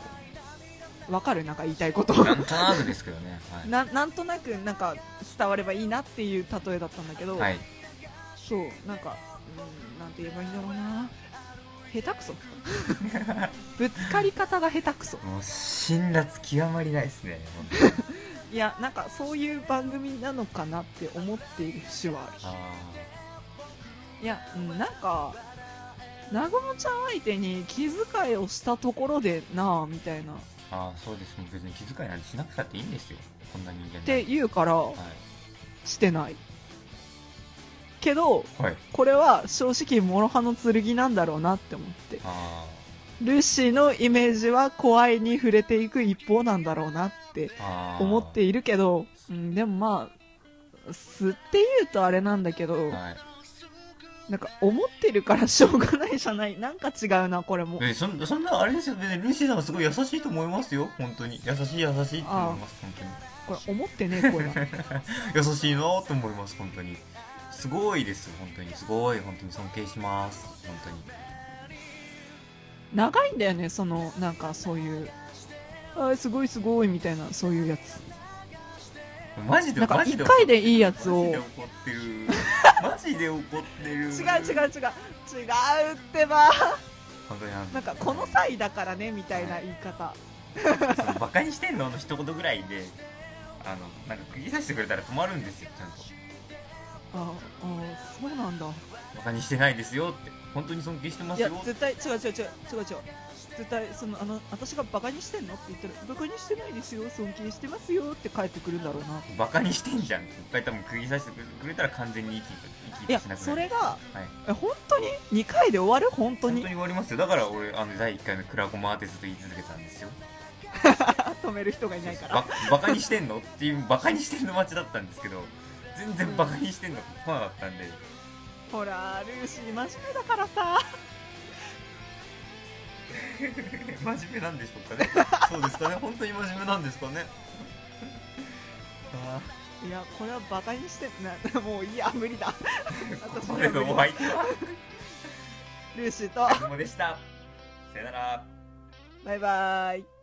[SPEAKER 1] ほ
[SPEAKER 2] わかるなんか言いたい
[SPEAKER 1] *laughs*
[SPEAKER 2] こと
[SPEAKER 1] うなんとなくですけどねはい
[SPEAKER 2] ななんとなくなんか伝わればいいなっていう例えだったんだけど、
[SPEAKER 1] はい
[SPEAKER 2] そうなんかうんなんて言えばいいんだろうな下 *laughs* 手くそぶつかり方が下手くそ
[SPEAKER 1] もう辛辣極まりないですね本当に
[SPEAKER 2] いやなんかそういう番組なのかなって思っている節はある
[SPEAKER 1] あ
[SPEAKER 2] いや、うんなんか、なごもちゃん相手に気遣いをしたところでなあみたいなっ
[SPEAKER 1] ーあーそうですね別に気遣いなんてしなくたっていいんですよこんな人間なん
[SPEAKER 2] て言うから
[SPEAKER 1] は
[SPEAKER 2] してないけど
[SPEAKER 1] い、はい、
[SPEAKER 2] これは正直諸刃の剣なんだろうなって思って
[SPEAKER 1] あ
[SPEAKER 2] ルーシーのイメージは怖いに触れていく一方なんだろうなって
[SPEAKER 1] ーあー
[SPEAKER 2] 思っているけど、うん、でもまあすって言うとあれなんだけど
[SPEAKER 1] はい
[SPEAKER 2] なんか思ってるからしょうがないじゃないなんか違うなこれも
[SPEAKER 1] えそんそんなあれですよ別にルーシーさんはすごい優しいと思いますよ本当に優しい優しいと思います本当に
[SPEAKER 2] これ思ってね
[SPEAKER 1] *laughs*
[SPEAKER 2] え声だ
[SPEAKER 1] 優しいなと思います本当にすごいです本当にすごい本当に尊敬します本当に
[SPEAKER 2] 長いんだよねそのなんかそういうあーすごいすごいみたいなそういうやつ
[SPEAKER 1] マジで
[SPEAKER 2] なんか
[SPEAKER 1] マジ
[SPEAKER 2] 1
[SPEAKER 1] で
[SPEAKER 2] 回でいいやつを
[SPEAKER 1] マ
[SPEAKER 2] 違う
[SPEAKER 1] ジで怒って
[SPEAKER 2] *laughs*
[SPEAKER 1] るマジで怒ってる違う違
[SPEAKER 2] 違う違う違うってば
[SPEAKER 1] 本当に
[SPEAKER 2] なんかこの際だからねみたいな言い方
[SPEAKER 1] バカにしてんのの一言ぐらいであのなんか釘刺してくれたら止まるんですよちゃんと
[SPEAKER 2] あーあーそうなんだ
[SPEAKER 1] バカにしてないですよって本当に尊敬してま
[SPEAKER 2] い
[SPEAKER 1] す
[SPEAKER 2] や
[SPEAKER 1] よ
[SPEAKER 2] 絶対違う違う違う違う違う絶対そのあの私がバカにしてんのって言ったらバカにしてないですよ尊敬してますよって返ってくるんだろうな
[SPEAKER 1] バカにしてんじゃんって一回多分釘刺してくれたら完全に息息
[SPEAKER 2] い
[SPEAKER 1] 息
[SPEAKER 2] や
[SPEAKER 1] しなくなる
[SPEAKER 2] それが
[SPEAKER 1] はい
[SPEAKER 2] え本当に2回で終わる本当
[SPEAKER 1] 本当に
[SPEAKER 2] に
[SPEAKER 1] 終わりますよだから俺あの第1回のクラコマ当てずっと言い続けたんですよ
[SPEAKER 2] 止める人がいないから
[SPEAKER 1] ババカにしてんのっていうバカにしてんの街だったんですけど全然バカにしてんの来なかったんで
[SPEAKER 2] ほらルーシー真面目だからさ
[SPEAKER 1] *laughs* 真面目なんでしょうか *laughs* ねそうですかね本当に真面目なんですかねあ
[SPEAKER 2] いやこれはバカ
[SPEAKER 1] *laughs*
[SPEAKER 2] *laughs* にしてんなもういいや無理だ
[SPEAKER 1] あ
[SPEAKER 2] 私
[SPEAKER 1] これのお相手は
[SPEAKER 2] ルーシーと
[SPEAKER 1] ナグモでした。さよなら。
[SPEAKER 2] バイバイ